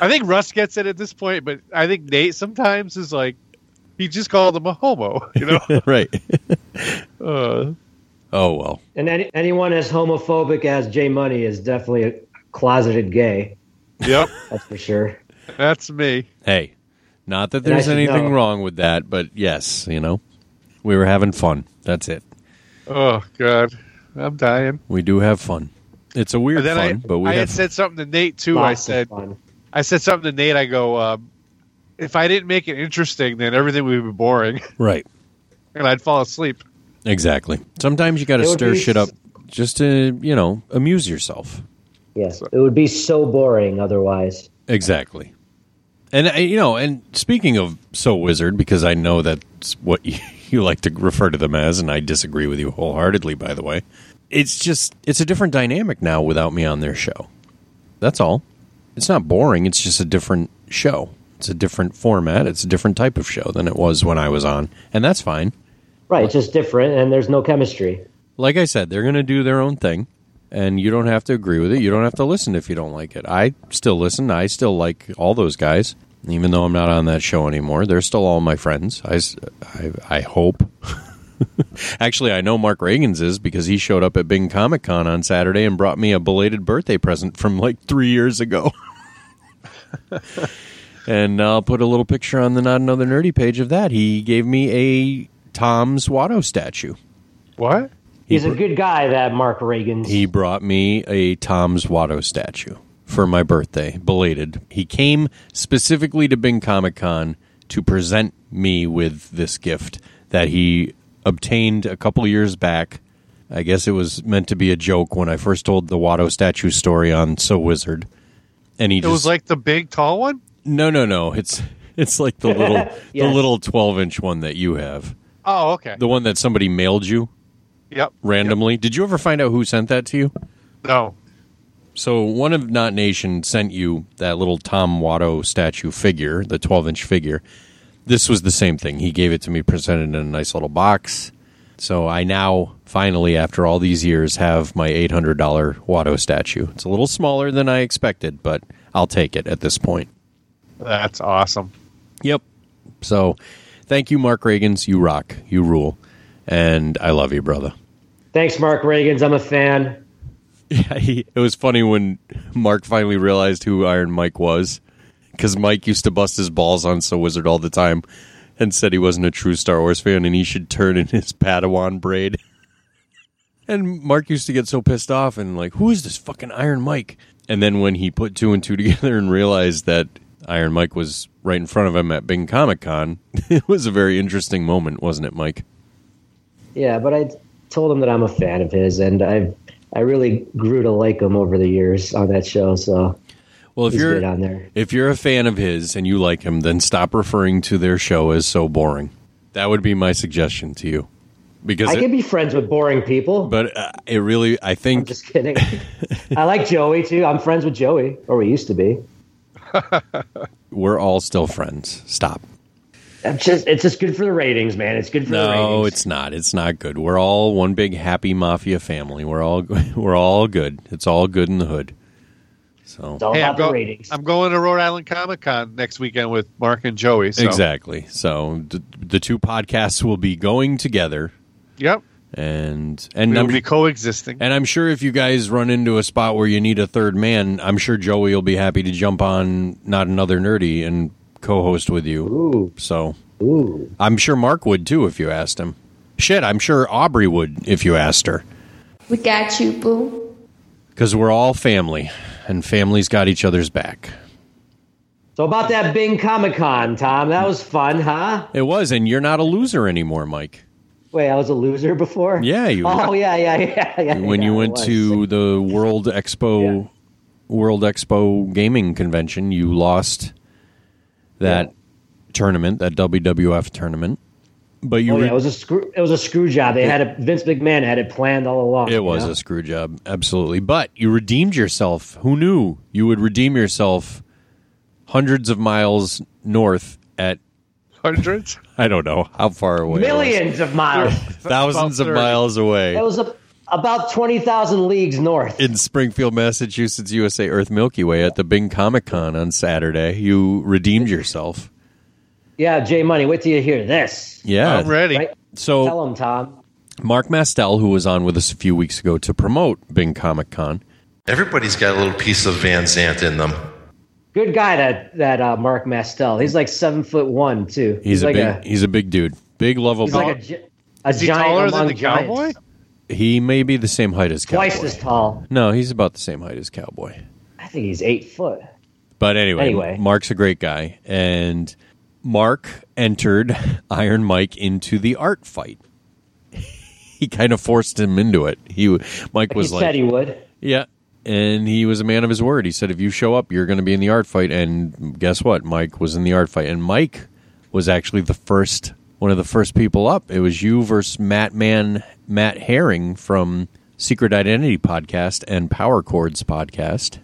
[SPEAKER 2] I think Russ gets it at this point, but I think Nate sometimes is like, he just called him a homo,
[SPEAKER 1] [laughs]
[SPEAKER 2] you know?
[SPEAKER 1] right.
[SPEAKER 2] Uh,
[SPEAKER 1] Oh well.
[SPEAKER 7] And any, anyone as homophobic as Jay Money is definitely a closeted gay.
[SPEAKER 2] Yep.
[SPEAKER 7] That's for sure.
[SPEAKER 2] [laughs] That's me.
[SPEAKER 1] Hey, not that
[SPEAKER 7] And I
[SPEAKER 1] there's
[SPEAKER 7] should
[SPEAKER 1] anything
[SPEAKER 7] know.
[SPEAKER 1] wrong with that, but yes, you know, we were having fun. That's it.
[SPEAKER 2] oh, God. I'm dying.
[SPEAKER 1] We do have fun. It's a weird
[SPEAKER 2] And
[SPEAKER 1] fun,
[SPEAKER 2] then I,
[SPEAKER 1] but we
[SPEAKER 2] I
[SPEAKER 1] have
[SPEAKER 2] had said something to Nate, too. I
[SPEAKER 7] Lots of
[SPEAKER 2] said,
[SPEAKER 7] fun.
[SPEAKER 2] I said something to Nate. I go, um, if I didn't make it interesting, then everything would be boring
[SPEAKER 1] right.
[SPEAKER 2] and I'd fall asleep.
[SPEAKER 1] Exactly. Sometimes you got to
[SPEAKER 7] It would
[SPEAKER 1] stir
[SPEAKER 7] be
[SPEAKER 1] shit up just to you know amuse yourself.
[SPEAKER 7] Yes, it would be so boring otherwise.
[SPEAKER 1] Exactly. And I- you know, and speaking of so wizard, because I know that's what [laughs] you, you like to refer to them as, and I disagree with you wholeheartedly. By the way, it's just it's a different dynamic now without me on their show. That's all. It's not boring. It's just a different show. It's a different format. It's a different type of show than it was when I was on, and that's fine.
[SPEAKER 7] Right, it's just different, and there's no chemistry.
[SPEAKER 1] like I said, they're going to do their own thing, and you don't have to agree with it. You don't have to listen if you don't like it. I still listen. I still like all those guys, even though I'm not on that show anymore. They're still all my friends. I, s- I- I hope. [laughs] Actually, I know Mark Reagan's is because he showed up at Bing Comic Con on Saturday and brought me a belated birthday present from like three years ago. [laughs] and I'll put a little picture on the Not Another Nerdy page of that. He gave me a Tom's Watto statue.
[SPEAKER 2] What?
[SPEAKER 7] He's a good guy, that Mark Reagan.
[SPEAKER 1] He brought me a Tom's Watto statue for my birthday, belated. He came specifically to Bing Comic Con to present me with this gift that he obtained a couple years back. I guess it was meant to be a joke when I first told the Watto statue story on So Wizard. And he
[SPEAKER 2] It was like the big tall one?
[SPEAKER 1] No, no, no. It's it's like
[SPEAKER 2] [laughs]
[SPEAKER 1] the little the
[SPEAKER 2] Yes.
[SPEAKER 1] little 12-inch one that you have.
[SPEAKER 2] Oh, okay.
[SPEAKER 1] The one that somebody mailed you
[SPEAKER 2] Yep.
[SPEAKER 1] randomly. Did you ever find out who sent that to you?
[SPEAKER 2] No.
[SPEAKER 1] So one of Not Nation sent you that little Tom Watto statue figure, the 12 inch figure. This was the same thing. He gave it to me, presented in a nice little box. So I now finally, after all these years, have my $800 Watto statue. It's a little smaller than I expected, but I'll take it at this point.
[SPEAKER 2] That's awesome.
[SPEAKER 1] Yep. So thank you, Mark Reagans. You rock. You rule. And I love you, brother.
[SPEAKER 7] Thanks, Mark Reagan's. I'm a fan.
[SPEAKER 1] Yeah, he, [laughs] it was funny when Mark finally realized who Iron Mike was, because Mike used to bust his balls on So Wizard all the time, and said he wasn't a true Star Wars fan and he should turn in his [laughs] Padawan braid. [laughs] And Mark used to get so pissed off and like, who is this fucking Iron Mike? And then when he put two and two [laughs] together and realized that Iron Mike was right in front of him at Bing Comic Con, [laughs] it was a very interesting moment, wasn't it, Mike?
[SPEAKER 7] Yeah, but I told him that I'm a fan of his, and I I really grew to like him over the years on that show. So
[SPEAKER 1] Well, if
[SPEAKER 7] he's
[SPEAKER 1] you're
[SPEAKER 7] good on there.
[SPEAKER 1] If you're a fan of his and you like him, then stop referring to their show as so boring. That would be my suggestion to you. Because
[SPEAKER 7] I
[SPEAKER 1] it,
[SPEAKER 7] can be friends with boring people.
[SPEAKER 1] but uh, it really I think
[SPEAKER 7] Just
[SPEAKER 1] [laughs]
[SPEAKER 7] kidding. I like Joey too. I'm friends with Joey, or we used to be.
[SPEAKER 1] we're all still friends. Stop.
[SPEAKER 7] I'm just it's just good for the ratings, man. It's good for the
[SPEAKER 1] No,
[SPEAKER 7] ratings.
[SPEAKER 1] it's not. It's not good. We're all one big happy mafia family. We're all [laughs] we're all good. It's all good in the hood. So
[SPEAKER 7] It's all
[SPEAKER 2] Hey, I'm,
[SPEAKER 7] about the
[SPEAKER 2] go-
[SPEAKER 7] ratings.
[SPEAKER 2] I'm going to Rhode Island Comic Con next weekend with Mark and Joey. So.
[SPEAKER 1] exactly. So the, the two podcasts will be going together
[SPEAKER 2] Yep.
[SPEAKER 1] and and
[SPEAKER 2] We will
[SPEAKER 1] I'm
[SPEAKER 2] be coexisting.
[SPEAKER 1] And I'm sure if you guys run into a spot where you need a third man, I'm sure Joey will be happy to jump on Not Another Nerdy and co-host with you.
[SPEAKER 7] Ooh.
[SPEAKER 1] So
[SPEAKER 7] Ooh.
[SPEAKER 1] I'm sure Mark would too if you asked him. Shit, I'm sure Aubrey would if you asked her.
[SPEAKER 8] We got you, boo.
[SPEAKER 1] Because we're all family, and family's got each other's back.
[SPEAKER 7] So about that Bing Comic Con, Tom, that was fun, huh?
[SPEAKER 1] It was, and you're not a loser anymore, Mike.
[SPEAKER 7] Wait, I was a loser before.
[SPEAKER 1] Yeah, you were.
[SPEAKER 7] Oh yeah, yeah, yeah, yeah.
[SPEAKER 1] When
[SPEAKER 7] yeah,
[SPEAKER 1] you
[SPEAKER 7] I
[SPEAKER 1] went
[SPEAKER 7] was.
[SPEAKER 1] to the World Expo, World Expo Gaming Convention, you lost that tournament, that WWF tournament. But you
[SPEAKER 7] Oh,
[SPEAKER 1] re-
[SPEAKER 7] yeah, it was a screw. It was a screw job. They had a Vince McMahon had it planned all along.
[SPEAKER 1] It
[SPEAKER 7] you
[SPEAKER 1] was
[SPEAKER 7] know?
[SPEAKER 1] a screw job, absolutely. But you redeemed yourself. Who knew you would redeem yourself hundreds of miles north at
[SPEAKER 2] hundreds?
[SPEAKER 1] I don't know how far away. it was.
[SPEAKER 7] millions
[SPEAKER 1] [laughs]
[SPEAKER 7] of miles.
[SPEAKER 1] thousands of miles away
[SPEAKER 7] That was a, about twenty thousand leagues north.
[SPEAKER 1] in Springfield, Massachusetts, USA, Earth Milky Way at the Bing Comic Con on Saturday. You redeemed yourself.
[SPEAKER 7] Yeah, Jay Money. Wait till you hear this.
[SPEAKER 1] Yeah,
[SPEAKER 7] Right?
[SPEAKER 1] So
[SPEAKER 7] tell him, Tom.
[SPEAKER 1] Mark Mastel, who was on with us a few weeks ago to promote Bing Comic Con,
[SPEAKER 16] Everybody's got a little piece of Van Zant in them.
[SPEAKER 7] Good guy that that uh, Mark Mastel. He's like seven foot one too.
[SPEAKER 1] he's, a
[SPEAKER 7] like
[SPEAKER 1] big he's a big dude, big lovable.
[SPEAKER 7] he's like a, gi- a
[SPEAKER 2] Is he
[SPEAKER 7] giant
[SPEAKER 2] taller
[SPEAKER 7] among
[SPEAKER 2] than the
[SPEAKER 7] giants.
[SPEAKER 2] cowboy?
[SPEAKER 1] He may be the same height as Cowboy.
[SPEAKER 7] Twice as tall.
[SPEAKER 1] No, he's about the same height as Cowboy.
[SPEAKER 7] I think he's eight foot.
[SPEAKER 1] But anyway,
[SPEAKER 7] Anyway.
[SPEAKER 1] Mark's a great guy, and Mark entered [laughs] Iron Mike into the art fight. [laughs] He kind of forced him into it. He w- Mike was
[SPEAKER 7] he
[SPEAKER 1] like,
[SPEAKER 7] said he would.
[SPEAKER 1] yeah, and he was a man of his word. He said, if you show up, you're going to be in the art fight. And guess what? Mike was in the art fight, and Mike was actually the first one of the first people up. It was you versus Matt Man Matt Herring from Secret Identity podcast and Power Chords podcast.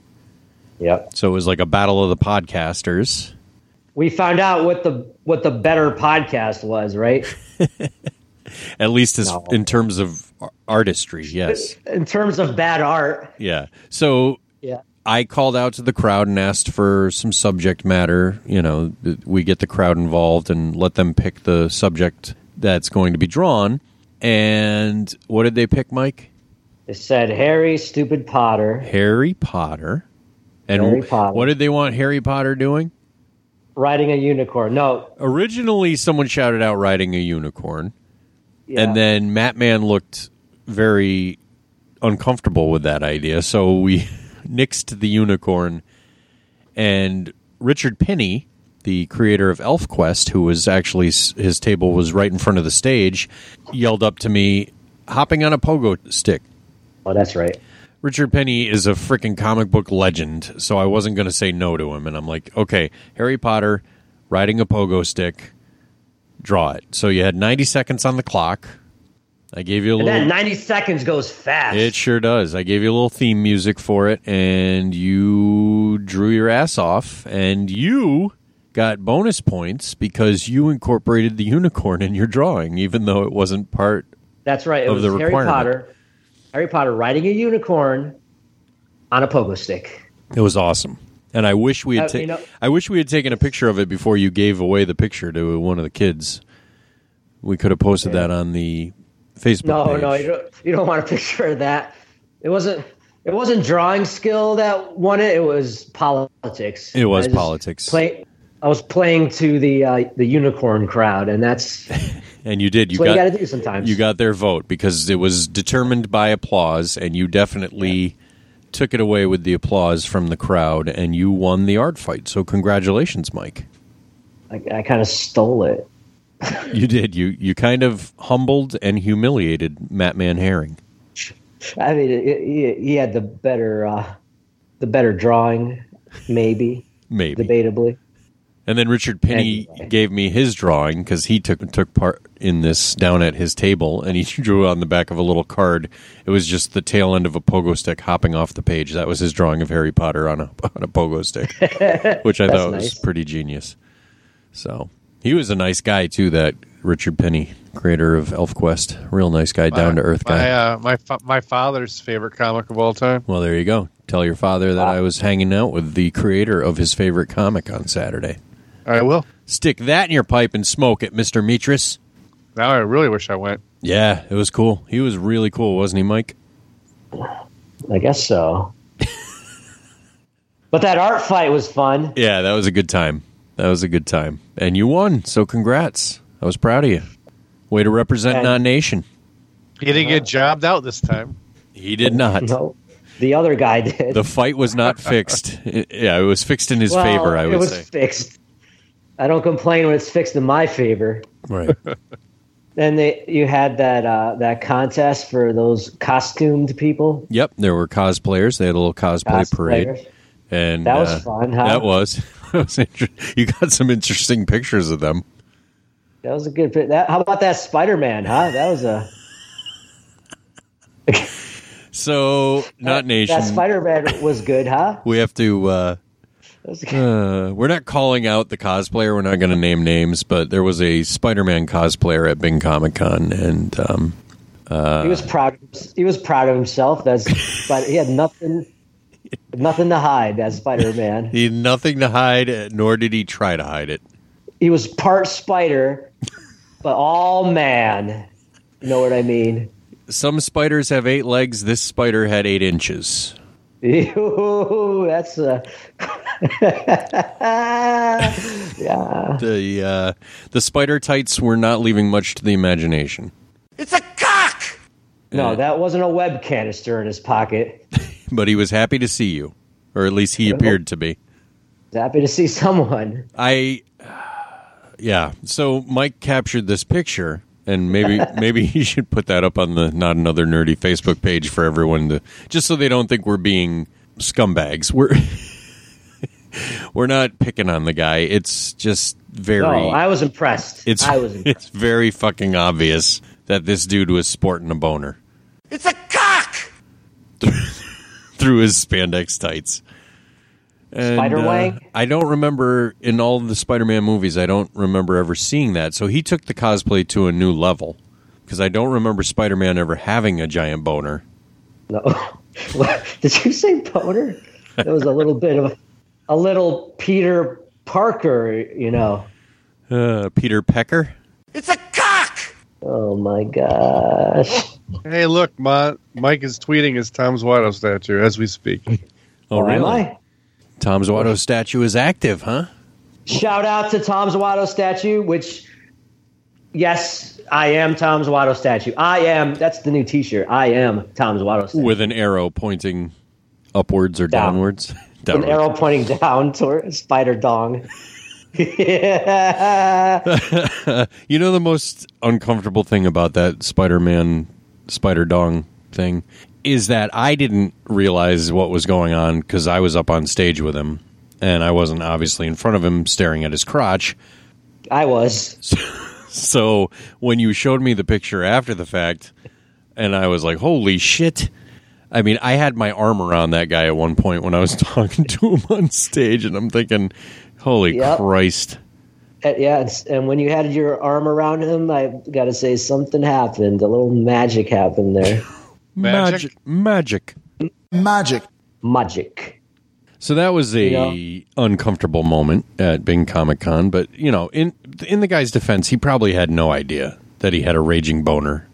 [SPEAKER 7] Yep.
[SPEAKER 1] So it was like a battle of the podcasters.
[SPEAKER 7] We found out what the what the better podcast was, right?
[SPEAKER 1] At least as,
[SPEAKER 7] No.
[SPEAKER 1] in terms of ar- artistry, yes.
[SPEAKER 7] In terms of bad art.
[SPEAKER 1] Yeah. So
[SPEAKER 7] Yeah.
[SPEAKER 1] I called out to the crowd and asked for some subject matter. You know, th- we get the crowd involved and let them pick the subject that's going to be drawn. And what did they pick, Mike?
[SPEAKER 7] They said Harry, stupid Potter,
[SPEAKER 1] Harry Potter. And
[SPEAKER 7] Harry
[SPEAKER 1] wh-
[SPEAKER 7] Potter.
[SPEAKER 1] what did they want Harry Potter doing?
[SPEAKER 7] riding a unicorn. No,
[SPEAKER 1] Originally, someone shouted out riding a unicorn.
[SPEAKER 7] Yeah.
[SPEAKER 1] And then Matman looked very uncomfortable with that idea. So we [laughs] nixed the unicorn. And Richard Penny, the creator of ElfQuest, who was actually his table was right in front of the stage, yelled up to me, hopping on a pogo stick.
[SPEAKER 7] Oh, that's right.
[SPEAKER 1] Richard Penny is a freaking comic book legend, so I wasn't going to say no to him. And I'm like, okay, Harry Potter riding a pogo stick, draw it. So you had 90 seconds on the clock. I gave you a
[SPEAKER 7] and
[SPEAKER 1] little.
[SPEAKER 7] that ninety seconds goes fast.
[SPEAKER 1] It sure does. I gave you a little theme music for it, and you drew your ass off, and you got bonus points because you incorporated the unicorn in your drawing, even though it wasn't part.
[SPEAKER 7] that's right. It
[SPEAKER 1] of
[SPEAKER 7] was
[SPEAKER 1] the
[SPEAKER 7] Harry
[SPEAKER 1] requirement.
[SPEAKER 7] Potter. Harry Potter riding a unicorn on a pogo stick.
[SPEAKER 1] It was awesome, and I wish we had.
[SPEAKER 7] Uh,
[SPEAKER 1] Ta-
[SPEAKER 7] you know-
[SPEAKER 1] I wish we had taken a picture of it before you gave away the picture to one of the kids. We could have posted that on the Facebook.
[SPEAKER 7] No,
[SPEAKER 1] page.
[SPEAKER 7] no, you don't. You don't want a picture of that. It wasn't. It wasn't drawing skill that won it. It was politics.
[SPEAKER 1] It was
[SPEAKER 7] I just
[SPEAKER 1] politics.
[SPEAKER 7] Play. I was playing to the uh, the unicorn crowd, and that's
[SPEAKER 1] And [laughs] you did. You
[SPEAKER 7] That's what
[SPEAKER 1] got
[SPEAKER 7] you gotta do sometimes.
[SPEAKER 1] You got their vote because it was determined by applause, and you definitely took it away with the applause from the crowd, and you won the art fight. So congratulations, Mike.
[SPEAKER 7] I, I kind of stole it.
[SPEAKER 1] You did. You you kind of humbled and humiliated Matt Man Herring.
[SPEAKER 7] I mean, it, it, he- he had the better, uh, the better drawing, maybe,
[SPEAKER 1] [laughs] Maybe.
[SPEAKER 7] debatably.
[SPEAKER 1] And then Richard Penny gave me his drawing because he took took part in this down at his table, and he [laughs] drew on the back of a little card. It was just the tail end of a pogo stick hopping off the page. That was his drawing of Harry Potter on a [laughs] on a pogo
[SPEAKER 7] [laughs]
[SPEAKER 1] stick, which I
[SPEAKER 7] That's
[SPEAKER 1] thought was
[SPEAKER 7] nice.
[SPEAKER 1] pretty genius. So he was a nice guy too. That Richard Penny, creator of ElfQuest, real nice guy, down to earth guy.
[SPEAKER 2] My uh, my fa- my father's favorite comic of all time.
[SPEAKER 1] Well, there you go. Tell your father that I was hanging out with the creator of his favorite comic on Saturday.
[SPEAKER 2] I will.
[SPEAKER 1] Stick that in your pipe and smoke it, Mister Metris.
[SPEAKER 2] Now I really wish I went.
[SPEAKER 1] Yeah, it was cool. He was really cool, wasn't he, Mike?
[SPEAKER 7] I
[SPEAKER 1] [laughs]
[SPEAKER 7] guess so. but that art fight was fun.
[SPEAKER 1] Yeah, that was a good time. That was a good time. And you won, so congrats. I was proud of you. Way to represent
[SPEAKER 7] And-
[SPEAKER 1] Non Nation.
[SPEAKER 2] He didn't get jobbed out this time.
[SPEAKER 1] He did not.
[SPEAKER 7] No, the other guy did.
[SPEAKER 1] The fight was not
[SPEAKER 7] [laughs]
[SPEAKER 1] fixed. It- yeah, it was fixed in his
[SPEAKER 7] Well,
[SPEAKER 1] favor, I
[SPEAKER 7] it
[SPEAKER 1] would
[SPEAKER 7] was
[SPEAKER 1] say.
[SPEAKER 7] fixed. I don't complain when it's fixed in my favor.
[SPEAKER 1] Right.
[SPEAKER 7] Then they, you had that uh, that contest for those costumed people.
[SPEAKER 1] Yep, there were cosplayers. They had a little cosplay
[SPEAKER 7] Cosplayers.
[SPEAKER 1] parade. And
[SPEAKER 7] That was
[SPEAKER 1] uh,
[SPEAKER 7] fun, huh?
[SPEAKER 1] [laughs] That was. That was inter- you got some interesting pictures of them.
[SPEAKER 7] That was a good pick. That, how about that Spider Man, huh? That was a.
[SPEAKER 1] So, not nation.
[SPEAKER 7] That Spider Man was good, huh?
[SPEAKER 1] we have to. Uh, uh, we're not calling out the cosplayer. We're not going to name names, but there was a Spider-Man cosplayer at Bing Comic Con, and um, uh,
[SPEAKER 7] he was proud. He was proud of himself. That's, but he had nothing, nothing to hide. As Spider Man,
[SPEAKER 1] he had nothing to hide, nor did he try to hide it.
[SPEAKER 7] he was part spider, but all man. You know what I mean? [laughs]
[SPEAKER 1] Some spiders have eight legs. This spider had eight inches.
[SPEAKER 7] Ew, that's a. yeah.
[SPEAKER 1] The uh, the spider tights were not leaving much to the imagination.
[SPEAKER 7] No, that wasn't a web canister in his pocket.
[SPEAKER 1] But he was happy to see you, or at least he appeared to be.
[SPEAKER 7] He's happy to see someone.
[SPEAKER 1] I, yeah. So Mike captured this picture, and
[SPEAKER 7] [laughs]
[SPEAKER 1] maybe maybe he should put that up on the not another nerdy Facebook page for everyone to just so they don't think we're being scumbags. We're [laughs] we're not picking on the guy. It's just very.
[SPEAKER 7] No, I was impressed.
[SPEAKER 1] it's
[SPEAKER 7] I was impressed.
[SPEAKER 1] [laughs] it's very fucking obvious that this dude was sporting a boner.
[SPEAKER 13] It's a cock!
[SPEAKER 1] [laughs] through his spandex tights. And,
[SPEAKER 7] Spider
[SPEAKER 1] uh,
[SPEAKER 7] Wang?
[SPEAKER 1] I don't remember in all the Spider-Man movies. I don't remember ever seeing that. So he took the cosplay to a new level because I don't remember Spider-Man ever having a giant boner.
[SPEAKER 7] No. What? Did you say boner? That was a little bit of a little Peter Parker, you know.
[SPEAKER 1] Uh, Peter Pecker.
[SPEAKER 7] Oh my gosh.
[SPEAKER 2] Hey, look, Ma, Mike is tweeting his Tom Watto statue as we
[SPEAKER 7] [laughs]
[SPEAKER 2] speak.
[SPEAKER 1] Oh,
[SPEAKER 7] Or am I?
[SPEAKER 1] Tom Zuato's statue is active, huh?
[SPEAKER 7] Shout out to Tom Zuato statue, which yes, I am Tom Zuato statue. I am that's the new t shirt. I am Tom Zuato statue.
[SPEAKER 1] With an arrow pointing upwards or
[SPEAKER 7] Down.
[SPEAKER 1] downwards.
[SPEAKER 7] An
[SPEAKER 1] Downwards.
[SPEAKER 7] arrow pointing down [laughs] toward spider dong. yeah.
[SPEAKER 1] you know the most uncomfortable thing about that Spider-Man Spider Dong thing is that I didn't realize what was going on because I was up on stage with him and I wasn't obviously in front of him staring at his crotch.
[SPEAKER 7] I was.
[SPEAKER 1] So when you showed me the picture after the fact, and I was like, "Holy shit!" I mean, I had my arm around that guy at one point when I was [laughs] talking to him on stage, and I'm thinking, "Holy
[SPEAKER 7] Yep.
[SPEAKER 1] Christ!"
[SPEAKER 7] Uh, yeah, it's- and when you had your arm around him, I got to say something happened. A little magic happened
[SPEAKER 1] [laughs]
[SPEAKER 7] there.
[SPEAKER 2] Magic?
[SPEAKER 1] magic.
[SPEAKER 4] Magic.
[SPEAKER 7] Magic.
[SPEAKER 1] So that was a uncomfortable moment at Bing Comic Con, but you know, in in the guy's defense, he probably had no idea that he had a raging boner.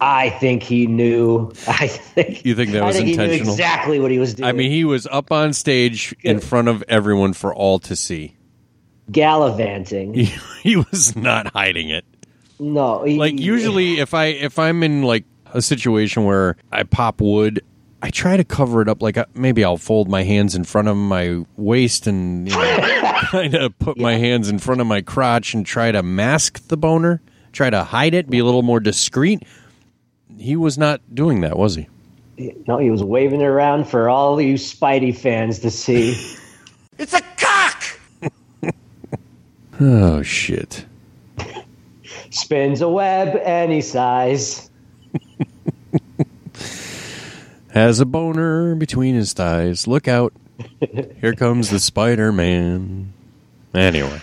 [SPEAKER 7] I think he knew. [laughs] I think
[SPEAKER 1] You think that was
[SPEAKER 7] I think He knew
[SPEAKER 1] intentional?
[SPEAKER 7] exactly what he was doing.
[SPEAKER 1] I mean, he was up on stage in front of everyone for all to see. [laughs]
[SPEAKER 7] gallivanting.
[SPEAKER 1] He, he was not hiding it.
[SPEAKER 7] No, he,
[SPEAKER 1] Like usually if I if I'm in like a situation where I pop wood, I try to cover it up like uh, maybe I'll fold my hands in front of my waist and you know, [laughs] kind of put my hands in front of my crotch and try to mask the boner, try to hide it, be a little more discreet. He was not doing that, was he?
[SPEAKER 7] no, he was waving it around for all you Spidey fans
[SPEAKER 1] [laughs]
[SPEAKER 7] to see.
[SPEAKER 1] Oh shit.
[SPEAKER 7] Spins a web any size.
[SPEAKER 1] Has a boner between his thighs. Look out. Here comes the Spider-Man. Anyway,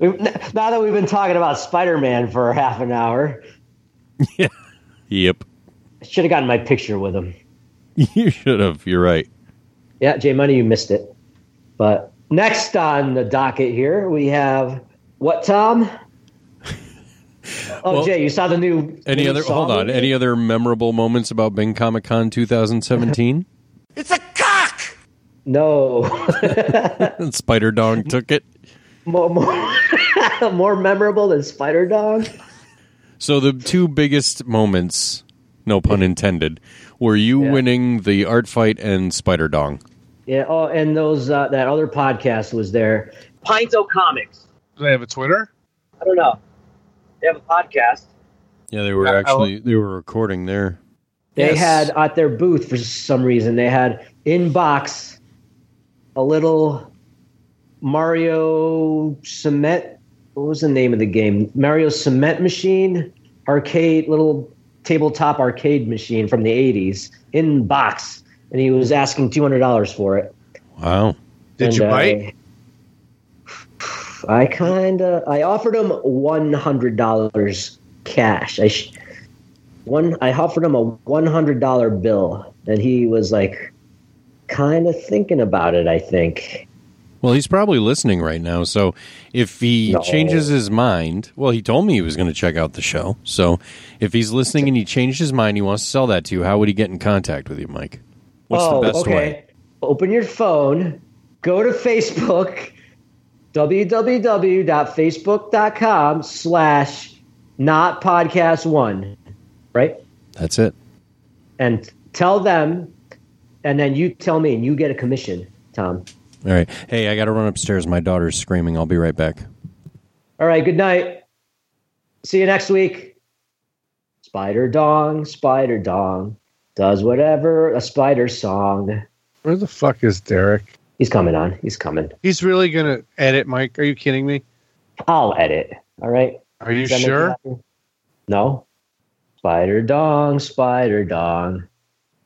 [SPEAKER 7] We've- now that we've been talking about Spider-Man for half an hour,
[SPEAKER 1] yep. [laughs]
[SPEAKER 7] I should have gotten my picture with him.
[SPEAKER 1] You should have. You're right.
[SPEAKER 7] Yeah, Jay Money, you missed it. But next on the docket here, we have
[SPEAKER 1] [laughs]
[SPEAKER 7] what, Tom? Oh,
[SPEAKER 1] Well,
[SPEAKER 7] Jay, you saw the new.
[SPEAKER 1] Any
[SPEAKER 7] new
[SPEAKER 1] other?
[SPEAKER 7] Saw
[SPEAKER 1] Hold on.
[SPEAKER 7] movie?
[SPEAKER 1] Any other memorable moments about Bing Comic Con 2017?
[SPEAKER 7] No. [laughs]
[SPEAKER 1] Spider Dong took it.
[SPEAKER 7] more, more, more [laughs] memorable than Spider Dog?
[SPEAKER 1] So the two biggest moments, no pun intended, were you winning the art fight and Spider Dong.
[SPEAKER 7] Yeah. Oh, and those uh, that other podcast was there. Pinto Comics.
[SPEAKER 2] Do they have a Twitter?
[SPEAKER 7] I don't know. They have a podcast.
[SPEAKER 1] Yeah, they were actually they were recording there.
[SPEAKER 7] They
[SPEAKER 1] Yes.
[SPEAKER 7] had at their booth for some reason. They had in box a little Mario cement what was the name of the game? Mario Cement Machine arcade little tabletop arcade machine from the 80s in box and he was asking $200 for it.
[SPEAKER 1] Wow.
[SPEAKER 2] Did
[SPEAKER 7] And,
[SPEAKER 2] you
[SPEAKER 7] uh,
[SPEAKER 2] bite?
[SPEAKER 7] I kind of I offered him $100 cash. I sh- one I offered him a $100 bill and he was like kind of thinking about it, I think.
[SPEAKER 1] Well, he's probably listening right now. So if he changes his mind, well, he told me he was going to check out the show. So if he's listening and he changed his mind, he wants to sell that to you, how would he get in contact with you, Mike? What's
[SPEAKER 7] oh,
[SPEAKER 1] the best
[SPEAKER 7] okay.
[SPEAKER 1] way?
[SPEAKER 7] Open your phone, go to Facebook, www.facebook.com slash not podcast one, right?
[SPEAKER 1] That's it.
[SPEAKER 7] And tell them, and then you tell me, and you get a commission, Tom.
[SPEAKER 1] All right. Hey, I got to run upstairs. My daughter's screaming. I'll be right back.
[SPEAKER 7] All right, good night. See you next week. Spider Dong, Spider Dong does whatever a spider song.
[SPEAKER 2] Where the fuck is Derek?
[SPEAKER 7] He's coming on. He's coming.
[SPEAKER 2] He's really gonna edit, Mike. Are you kidding me?
[SPEAKER 7] I'll edit. All right.
[SPEAKER 2] Are you
[SPEAKER 7] Does that make
[SPEAKER 2] sure?
[SPEAKER 7] happy? No. Spider Dong, Spider Dong.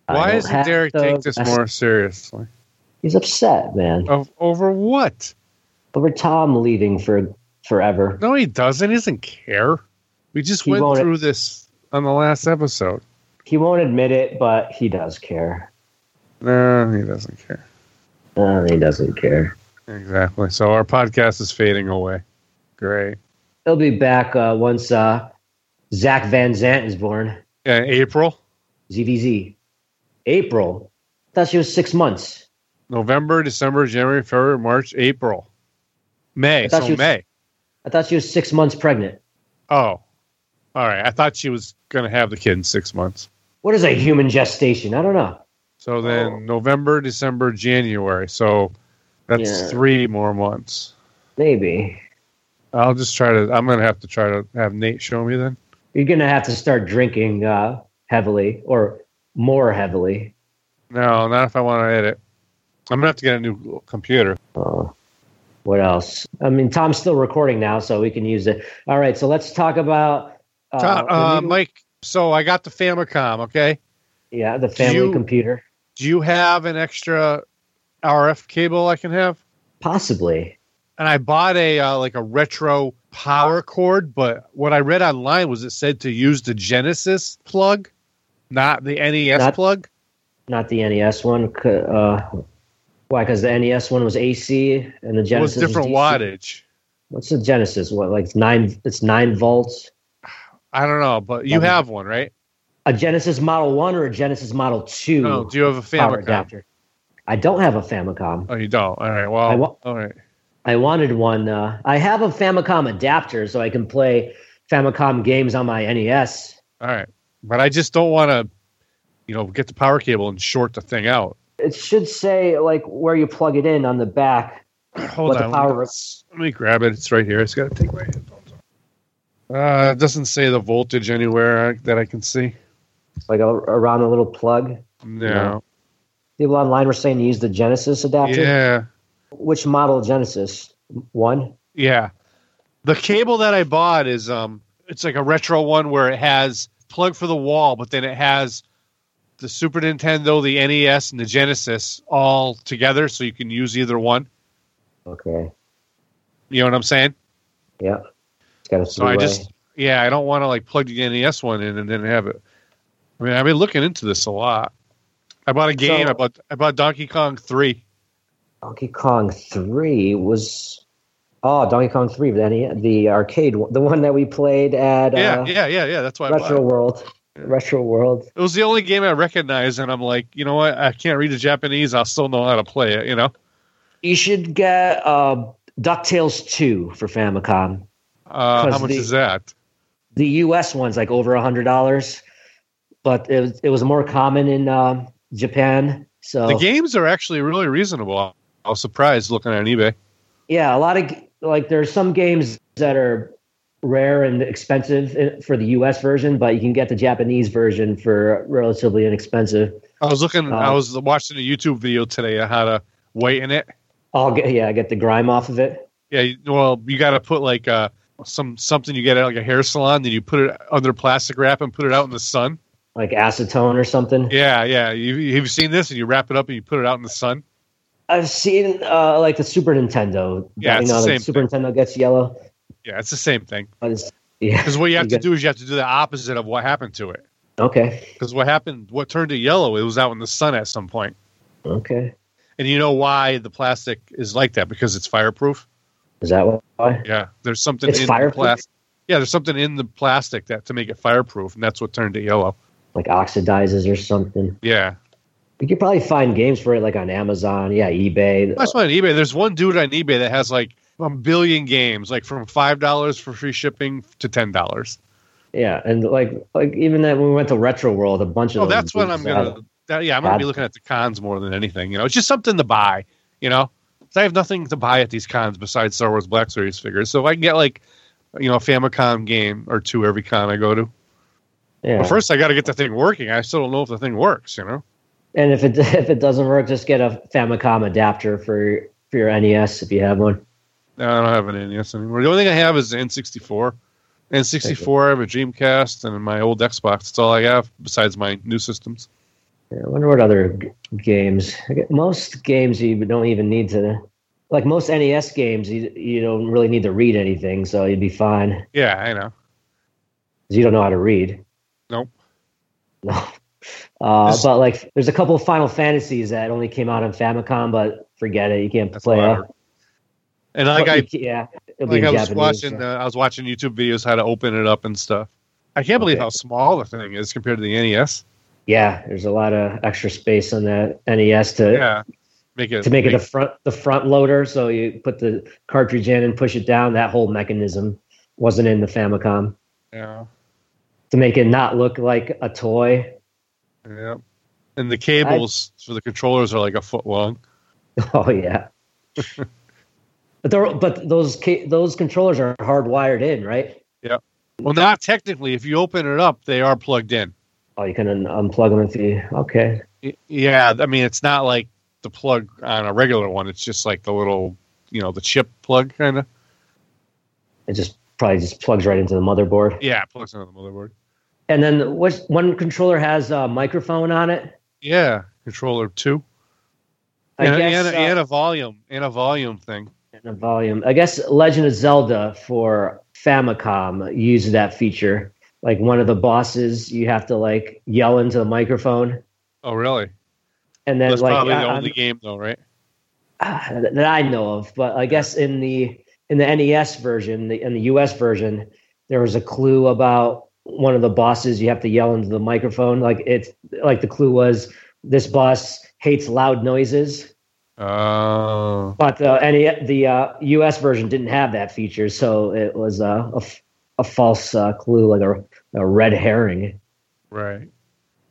[SPEAKER 7] I
[SPEAKER 2] Why
[SPEAKER 7] don't
[SPEAKER 2] doesn't
[SPEAKER 7] have
[SPEAKER 2] Derek take
[SPEAKER 7] those-
[SPEAKER 2] this more seriously?
[SPEAKER 7] He's upset, man.
[SPEAKER 2] Of over what?
[SPEAKER 7] Over Tom leaving for forever.
[SPEAKER 2] No, he doesn't. He doesn't care. We just
[SPEAKER 7] He
[SPEAKER 2] went
[SPEAKER 7] won't-
[SPEAKER 2] through this on the last episode.
[SPEAKER 7] He won't admit it, but he does care.
[SPEAKER 2] No, he doesn't care.
[SPEAKER 7] No, Uh, he doesn't care.
[SPEAKER 2] Exactly. So our podcast is fading away. Great.
[SPEAKER 7] He'll be back uh, once uh, Zach Van Zant is born.
[SPEAKER 2] Yeah, April,
[SPEAKER 7] ZVZ. April. Thought she was six months.
[SPEAKER 2] November, December, January, February, March, April, May.
[SPEAKER 7] I thought
[SPEAKER 2] So
[SPEAKER 7] she was-
[SPEAKER 2] May.
[SPEAKER 7] I thought she was six months pregnant.
[SPEAKER 2] Oh, all right. I thought she was gonna have the kid in six months.
[SPEAKER 7] What is a human gestation? I don't know. Oh.
[SPEAKER 2] So then November, December, January. So that's
[SPEAKER 7] Yeah.
[SPEAKER 2] three more months.
[SPEAKER 7] Maybe.
[SPEAKER 2] I'll just try to. I'm gonna have to try to have Nate show me then.
[SPEAKER 7] You're gonna have to start drinking uh, heavily or more heavily.
[SPEAKER 2] No, not if I want to edit. I'm gonna have to get a new computer.
[SPEAKER 7] Oh. What else? I mean, Tom's still recording now, so we can use it. All right, so let's talk about uh,
[SPEAKER 2] Tom, uh, Mike. So I got the Famicom. Okay.
[SPEAKER 7] yeah the family
[SPEAKER 2] you-
[SPEAKER 7] computer.
[SPEAKER 2] Do you have an extra RF cable I can have?
[SPEAKER 7] Possibly.
[SPEAKER 2] And I bought a uh, like a retro power cord, but what I read online was it said to use the Genesis plug, not the NES
[SPEAKER 7] Not-
[SPEAKER 2] plug.
[SPEAKER 7] Not the NES one. c- Uh, why? Because the NES one was AC and the
[SPEAKER 2] It was
[SPEAKER 7] Genesis was
[SPEAKER 2] different
[SPEAKER 7] DC.
[SPEAKER 2] wattage.
[SPEAKER 7] What's the Genesis? What like it's nine? It's nine volts.
[SPEAKER 2] I don't know, but you
[SPEAKER 7] Probably.
[SPEAKER 2] have one, right?
[SPEAKER 7] A Genesis Model One or a Genesis Model Two?
[SPEAKER 2] No, do you have a
[SPEAKER 7] power
[SPEAKER 2] Famicom?
[SPEAKER 7] adapter. I don't have a Famicom.
[SPEAKER 2] Oh, you don't. All right.
[SPEAKER 7] I
[SPEAKER 2] Well,
[SPEAKER 7] wa-
[SPEAKER 2] all right.
[SPEAKER 7] I wanted one. Uh, I have a Famicom adapter, so I can play Famicom games on my E NES.
[SPEAKER 2] All right. But I just don't want to, you know, get the power cable and short the thing out.
[SPEAKER 7] It should say like where you plug it in on the back.
[SPEAKER 2] Hold
[SPEAKER 7] what
[SPEAKER 2] on,
[SPEAKER 7] The power
[SPEAKER 2] Let me grab it. It's right here. It's got to take my headphones off. Uh, it doesn't say the voltage anywhere I- that I can see.
[SPEAKER 7] like a, around a little plug.
[SPEAKER 2] No.
[SPEAKER 7] People online were saying to use the Genesis adapter.
[SPEAKER 2] Yeah.
[SPEAKER 7] Which model Genesis? One.
[SPEAKER 2] Yeah. The cable that I bought is um it's like a retro one where it has plug for the wall, but then it has the Super Nintendo, the NES, and the Genesis all together, so you can use either one.
[SPEAKER 7] Okay.
[SPEAKER 2] You know what I'm saying?
[SPEAKER 7] Yeah. It's got a
[SPEAKER 2] So I just yeah, I don't want to like plug the NES one in and then have it. I mean, I've been looking into this a lot. I bought a game.
[SPEAKER 7] So-
[SPEAKER 2] I bought I bought Donkey Kong three.
[SPEAKER 7] Donkey Kong Three was. Oh, Donkey Kong Three, the NES, the arcade, one- the one that we played at
[SPEAKER 2] yeah,
[SPEAKER 7] uh,
[SPEAKER 2] yeah, yeah, yeah. That's why I bought
[SPEAKER 7] Retro
[SPEAKER 2] it.
[SPEAKER 7] World. Retro World.
[SPEAKER 2] It was the only game I recognized, and I'm like, you know what? I can't read the Japanese. I'll still know how to play it. You know.
[SPEAKER 7] You should get uh, Ducktales Two for Famicom.
[SPEAKER 2] Uh, how
[SPEAKER 7] 'Cause
[SPEAKER 2] much
[SPEAKER 7] the-
[SPEAKER 2] is that?
[SPEAKER 7] The U.S. one's like over a hundred dollars, but it was, it was more common in um Japan. So
[SPEAKER 2] The games are actually really reasonable. I was surprised looking on eBay.
[SPEAKER 7] yeah, a lot of g- like there's some games that are rare and expensive i- for the U.S. version, but you can get the Japanese version for relatively inexpensive.
[SPEAKER 2] I was looking. I
[SPEAKER 7] Oh.
[SPEAKER 2] was watching a YouTube video today on how to whiten it.
[SPEAKER 7] I'll get yeah, I get the grime off of it.
[SPEAKER 2] Yeah, you- well, you got to put like uh, some something you get at like a hair salon, then you put it under plastic wrap and put it out in the sun.
[SPEAKER 7] Like acetone or something.
[SPEAKER 2] Yeah, yeah. You, you've seen this, and you wrap it up and you put it out in the sun.
[SPEAKER 7] I've seen uh, like the Super Nintendo.
[SPEAKER 2] Yeah,
[SPEAKER 7] you
[SPEAKER 2] it's
[SPEAKER 7] know,
[SPEAKER 2] the
[SPEAKER 7] like
[SPEAKER 2] same
[SPEAKER 7] Super Nintendo gets yellow.
[SPEAKER 2] Yeah, it's the same thing.
[SPEAKER 7] I just- yeah.
[SPEAKER 2] Because what you have to
[SPEAKER 7] get-
[SPEAKER 2] do is you have to do the opposite of what happened to it.
[SPEAKER 7] Okay.
[SPEAKER 2] Because what happened, what turned it yellow, it was out in the sun at some point.
[SPEAKER 7] Okay.
[SPEAKER 2] And you know why the plastic is like that? Because it's fireproof.
[SPEAKER 7] Is that why?
[SPEAKER 2] Yeah, there's something
[SPEAKER 7] It's
[SPEAKER 2] in
[SPEAKER 7] fireproof?
[SPEAKER 2] the plastic. Yeah, there's something in the plastic that to make it fireproof, and that's what turned it yellow.
[SPEAKER 7] Like oxidizes or something.
[SPEAKER 2] Yeah,
[SPEAKER 7] You could probably find games for it like on Amazon. Yeah, eBay.
[SPEAKER 2] that's why on eBay. There's one dude on eBay that has like a billion games, like from five dollars for free shipping to ten dollars. Oh,
[SPEAKER 7] Yeah, and like like even that when we went to Retro World, a bunch of
[SPEAKER 2] Oh,
[SPEAKER 7] those
[SPEAKER 2] that's what
[SPEAKER 7] games
[SPEAKER 2] I'm gonna.
[SPEAKER 7] had-
[SPEAKER 2] that- yeah, I'm gonna be
[SPEAKER 7] God.
[SPEAKER 2] looking at the cons more than anything. You know, it's just something to buy. You know, 'Cause I have nothing to buy at these cons besides Star Wars Black Series figures. So if I can get like, you know, a Famicom game or two every con I go to.
[SPEAKER 7] Yeah.
[SPEAKER 2] But first, I got to get the thing working. I still don't know if the thing works. You know.
[SPEAKER 7] And if it [laughs] if it doesn't work, just get a Famicom adapter for for your NES if you have one.
[SPEAKER 2] No, I don't have an NES anymore. The only thing I have is the N64. N64, I have a Dreamcast, and my old Xbox. That's all I have besides my new systems.
[SPEAKER 7] Yeah, I wonder what other g- games. I get- Most games you don't even need to, like most NES games, you you don't really need to read anything, so you'd be fine. 'Cause
[SPEAKER 2] Yeah, I know.
[SPEAKER 7] You don't know how to read.
[SPEAKER 2] Nope.
[SPEAKER 7] [laughs] No. Uh, but like, there's a couple Final Fantasies that only came out on Famicom, but forget it, you can't play
[SPEAKER 2] what I
[SPEAKER 7] it.
[SPEAKER 2] heard. And like
[SPEAKER 7] Well,
[SPEAKER 2] I,
[SPEAKER 7] you ca- yeah, it'll
[SPEAKER 2] like
[SPEAKER 7] be in
[SPEAKER 2] I was
[SPEAKER 7] Japanese,
[SPEAKER 2] watching,
[SPEAKER 7] so-
[SPEAKER 2] uh, I was watching YouTube videos how to open it up and stuff. I can't believe how small the thing is compared to the E NES.
[SPEAKER 7] Yeah, there's a lot of extra space on that NES to
[SPEAKER 2] Yeah, make it
[SPEAKER 7] to make it the front the front loader. So you put the cartridge in and push it down. That whole mechanism wasn't in the Famicom
[SPEAKER 2] Yeah,
[SPEAKER 7] to make it not look like a toy. [laughs]
[SPEAKER 2] yeah. And the cables for the controllers are like a foot long. [laughs]
[SPEAKER 7] Oh yeah, but they're, but those ca- those controllers are hardwired in, right?
[SPEAKER 2] Yeah. Well, not technically. If you open it up, they are plugged in.
[SPEAKER 7] Oh, you can un- unplug them if you okay.
[SPEAKER 2] Y- Yeah, I mean it's not like the plug on a regular one. It's just like the little, you know, the chip plug kind of.
[SPEAKER 7] It just probably just plugs right into the motherboard.
[SPEAKER 2] Yeah, it plugs into the motherboard.
[SPEAKER 7] And then what's one controller has a microphone on it.
[SPEAKER 2] Yeah, controller two.
[SPEAKER 7] I
[SPEAKER 2] and,
[SPEAKER 7] guess,
[SPEAKER 2] and,
[SPEAKER 7] uh,
[SPEAKER 2] and a volume, and a volume thing.
[SPEAKER 7] and a volume. I guess Legend of Zelda for Famicom used that feature. Like one of the bosses, you have to like yell into the microphone,
[SPEAKER 2] Oh, really?
[SPEAKER 7] and then
[SPEAKER 2] That's
[SPEAKER 7] like
[SPEAKER 2] probably the
[SPEAKER 7] on-
[SPEAKER 2] only game though, right?
[SPEAKER 7] uh, that I know of. But I guess in the in the NES version, the, in the US version, there was a clue about one of the bosses. You have to yell into the microphone. Like it's like the clue was this boss hates loud noises.
[SPEAKER 2] Oh,
[SPEAKER 7] But uh, and the uh, U.S. version didn't have that feature, so it was uh, a, f- a false uh, clue, like a, a red herring.
[SPEAKER 2] right.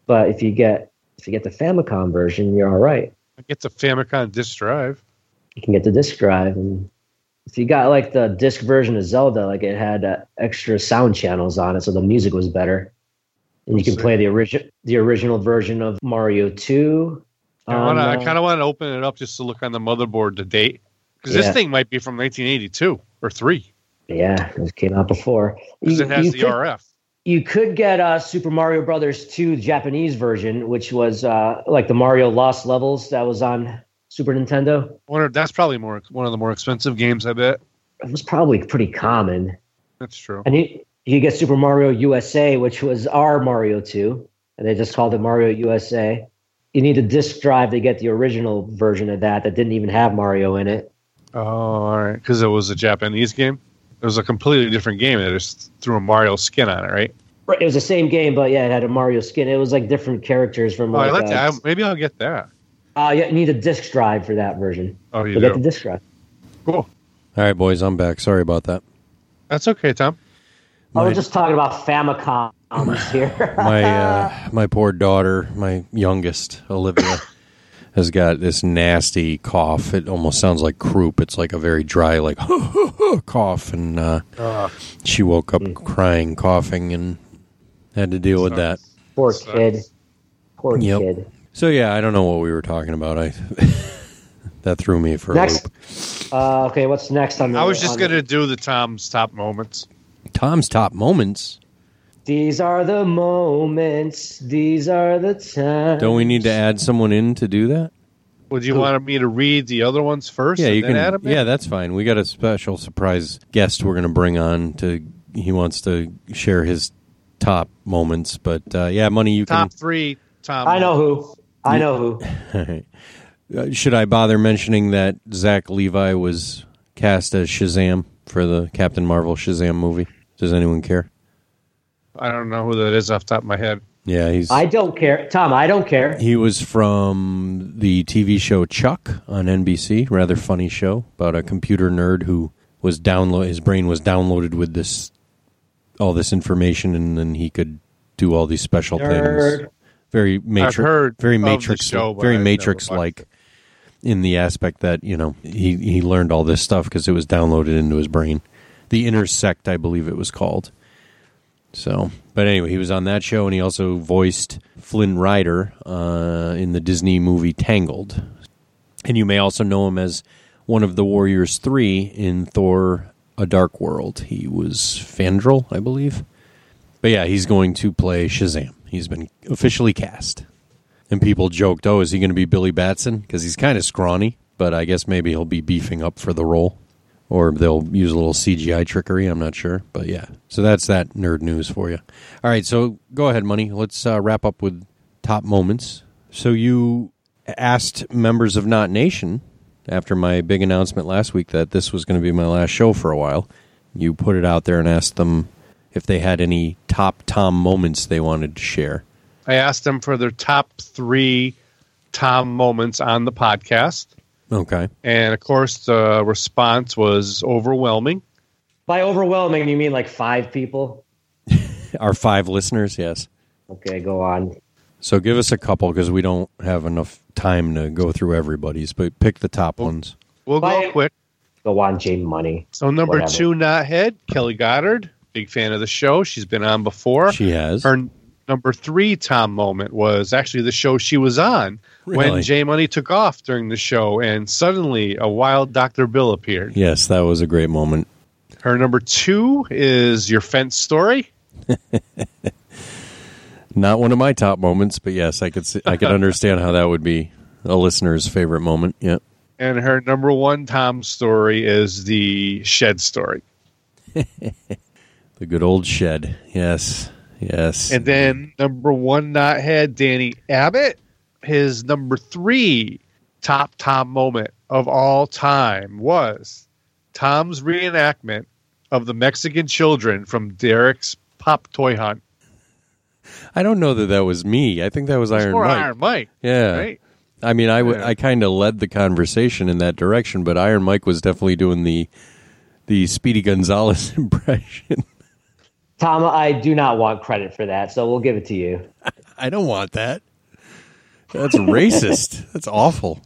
[SPEAKER 7] But if you get if you get the Famicom version, you're all right.
[SPEAKER 2] It's a Famicom disk drive.
[SPEAKER 7] You can get the disc drive, and if you got like the disc version of Zelda, like it had uh, extra sound channels on it, so the music was better. And you can play the original the original version of Mario Two.
[SPEAKER 2] I, wanna,
[SPEAKER 7] on,
[SPEAKER 2] I
[SPEAKER 7] uh,
[SPEAKER 2] kind of want to open it up just to look on the motherboard to date because
[SPEAKER 7] Yeah.
[SPEAKER 2] this thing might be from 1982 or three
[SPEAKER 7] yeah, it came out before.
[SPEAKER 2] because
[SPEAKER 7] You-
[SPEAKER 2] it has
[SPEAKER 7] you
[SPEAKER 2] the
[SPEAKER 7] could-
[SPEAKER 2] RF.
[SPEAKER 7] you could get uh, Super Mario Brothers 2 Japanese version, which was uh, like the Mario Lost Levels that was on Super Nintendo.
[SPEAKER 2] Wonder that's probably more one of the more expensive games. I bet
[SPEAKER 7] It was probably pretty common.
[SPEAKER 2] that's true.
[SPEAKER 7] And you, you get Super Mario USA, which was our Mario 2, and they just called it Mario USA. You need a disc drive to get the original version of that that didn't even have Mario in it.
[SPEAKER 2] Oh, all right. Because it was a Japanese game. It was a completely different game. They just threw a Mario skin on it, right?
[SPEAKER 7] Right, It was the same game, but yeah, it had a Mario skin. It was like different characters from.
[SPEAKER 2] Oh, I
[SPEAKER 7] Like,
[SPEAKER 2] like
[SPEAKER 7] uh,
[SPEAKER 2] that. I- maybe I'll get that.
[SPEAKER 7] uh, yeah, you need a disc drive for that version.
[SPEAKER 2] Oh,
[SPEAKER 7] So
[SPEAKER 2] you
[SPEAKER 7] get the
[SPEAKER 2] do.
[SPEAKER 7] disc drive.
[SPEAKER 2] Cool.
[SPEAKER 1] All right, boys, I'm back. Sorry about that.
[SPEAKER 2] That's okay, Tom.
[SPEAKER 7] Oh, we're
[SPEAKER 1] My-
[SPEAKER 7] just talking
[SPEAKER 1] [laughs]
[SPEAKER 7] about Famicoms here.
[SPEAKER 1] my uh, my poor daughter, my youngest Olivia, has got this nasty cough. It almost sounds like croup. It's like a very dry, like [laughs] cough, and uh, she woke up crying, coughing, and had to deal with that.
[SPEAKER 7] [laughs] Poor kid. Poor
[SPEAKER 1] Yep.
[SPEAKER 7] kid.
[SPEAKER 1] So yeah, I don't know what we were talking about. I [laughs] That threw me for a
[SPEAKER 7] Next.
[SPEAKER 1] loop.
[SPEAKER 7] Uh, okay, what's next on the?
[SPEAKER 2] I was just
[SPEAKER 7] on
[SPEAKER 2] going to do the Tom's top moments.
[SPEAKER 1] Tom's top moments.
[SPEAKER 7] These are the moments. These are the times.
[SPEAKER 1] Don't we need to add someone in to do that?
[SPEAKER 2] Would you want me to read the other ones first?
[SPEAKER 1] Yeah,
[SPEAKER 2] and
[SPEAKER 1] you
[SPEAKER 2] then
[SPEAKER 1] can.
[SPEAKER 2] add 'em in?
[SPEAKER 1] Yeah, that's fine. We got a special surprise guest we're going to bring on to. He wants to share his top moments, but uh, yeah, money you
[SPEAKER 2] top three. Tom.
[SPEAKER 7] I know who. I know who.
[SPEAKER 1] can. Uh, Should I bother mentioning that Zach Levi was cast as Shazam for the Captain Marvel Shazam movie? Does anyone care?
[SPEAKER 2] I don't know who that is off the top of my head.
[SPEAKER 1] Yeah, he's.
[SPEAKER 7] I don't care, Tom. I don't care.
[SPEAKER 1] He was from the TV show Chuck on NBC, rather funny show about a computer nerd who was download his brain was downloaded with this all this information and then he could do all these special
[SPEAKER 2] Nerd.
[SPEAKER 1] things. Very matrix
[SPEAKER 2] heard
[SPEAKER 1] very
[SPEAKER 2] of the
[SPEAKER 1] matrix
[SPEAKER 2] show, but
[SPEAKER 1] very
[SPEAKER 2] I've never
[SPEAKER 1] matrix like in the aspect that, you know, he he learned all this stuff cuz it was downloaded into his brain. The Intersect, I believe it was called. So, but anyway, he was on that show, and he also voiced Flynn Rider uh, in the Disney movie Tangled. And you may also know him as one of the Warriors Three in Thor: A Dark World. He was Fandral, I believe. But yeah, he's going to play Shazam. He's been officially cast. And people joked, "Oh, is he going to be Billy Batson? Because he's kind of scrawny, but I guess maybe he'll be beefing up for the role, or they'll use a little CGI trickery. I'm not sure, but yeah. So that's that nerd news for you. All right, so go ahead, money. Let's uh, wrap up with top moments. So you asked members of Not Nation after my big announcement last week that this was going to be my last show for a while. You put it out there and asked them if they had any top Tom moments they wanted to share.
[SPEAKER 2] I asked them for their top three Tom moments on the podcast.
[SPEAKER 1] Okay.
[SPEAKER 2] And of course, the response was overwhelming.
[SPEAKER 7] By overwhelming, you mean like five people?
[SPEAKER 1] Our five listeners, yes.
[SPEAKER 7] Okay, go on.
[SPEAKER 1] So give us a couple because we don't have enough time to go through everybody's, but pick the top
[SPEAKER 2] Oh.
[SPEAKER 1] ones.
[SPEAKER 2] We'll go quick.
[SPEAKER 7] Go on, Jane Money.
[SPEAKER 2] So number
[SPEAKER 7] Whatever.
[SPEAKER 2] two, not head Kelly Goddard, big fan of the show. She's been on before.
[SPEAKER 1] She has.
[SPEAKER 2] Her n- number three Tom moment was actually the show she was on
[SPEAKER 1] Really?
[SPEAKER 2] when Jay Money took off during the show, and suddenly a wild Dr. Bill appeared.
[SPEAKER 1] Yes, that was a great moment.
[SPEAKER 2] Her number two is your fence story.
[SPEAKER 1] Not one of my top moments, but yes, I could see, I
[SPEAKER 2] [laughs]
[SPEAKER 1] could understand how that would be a listener's favorite moment. Yeah.
[SPEAKER 2] And her number one Tom story is the shed story.
[SPEAKER 1] The good old shed. Yes. Yes.
[SPEAKER 2] And then number one not had Danny Abbott. His number three top Tom moment of all time was Tom's reenactment of the Mexican children from Derek's Pop Toy Hunt.
[SPEAKER 1] I don't know that that was me. I think that was Iron
[SPEAKER 2] Or
[SPEAKER 1] Mike.
[SPEAKER 2] Iron Mike.
[SPEAKER 1] Yeah.
[SPEAKER 2] Right?
[SPEAKER 1] I mean, I w- I kind of led the conversation in that direction, but Iron Mike was definitely doing the the Speedy Gonzalez [laughs] impression.
[SPEAKER 7] Tom, I do not want credit for that, so we'll give it to you.
[SPEAKER 1] I don't want that. That's [laughs] racist. That's awful.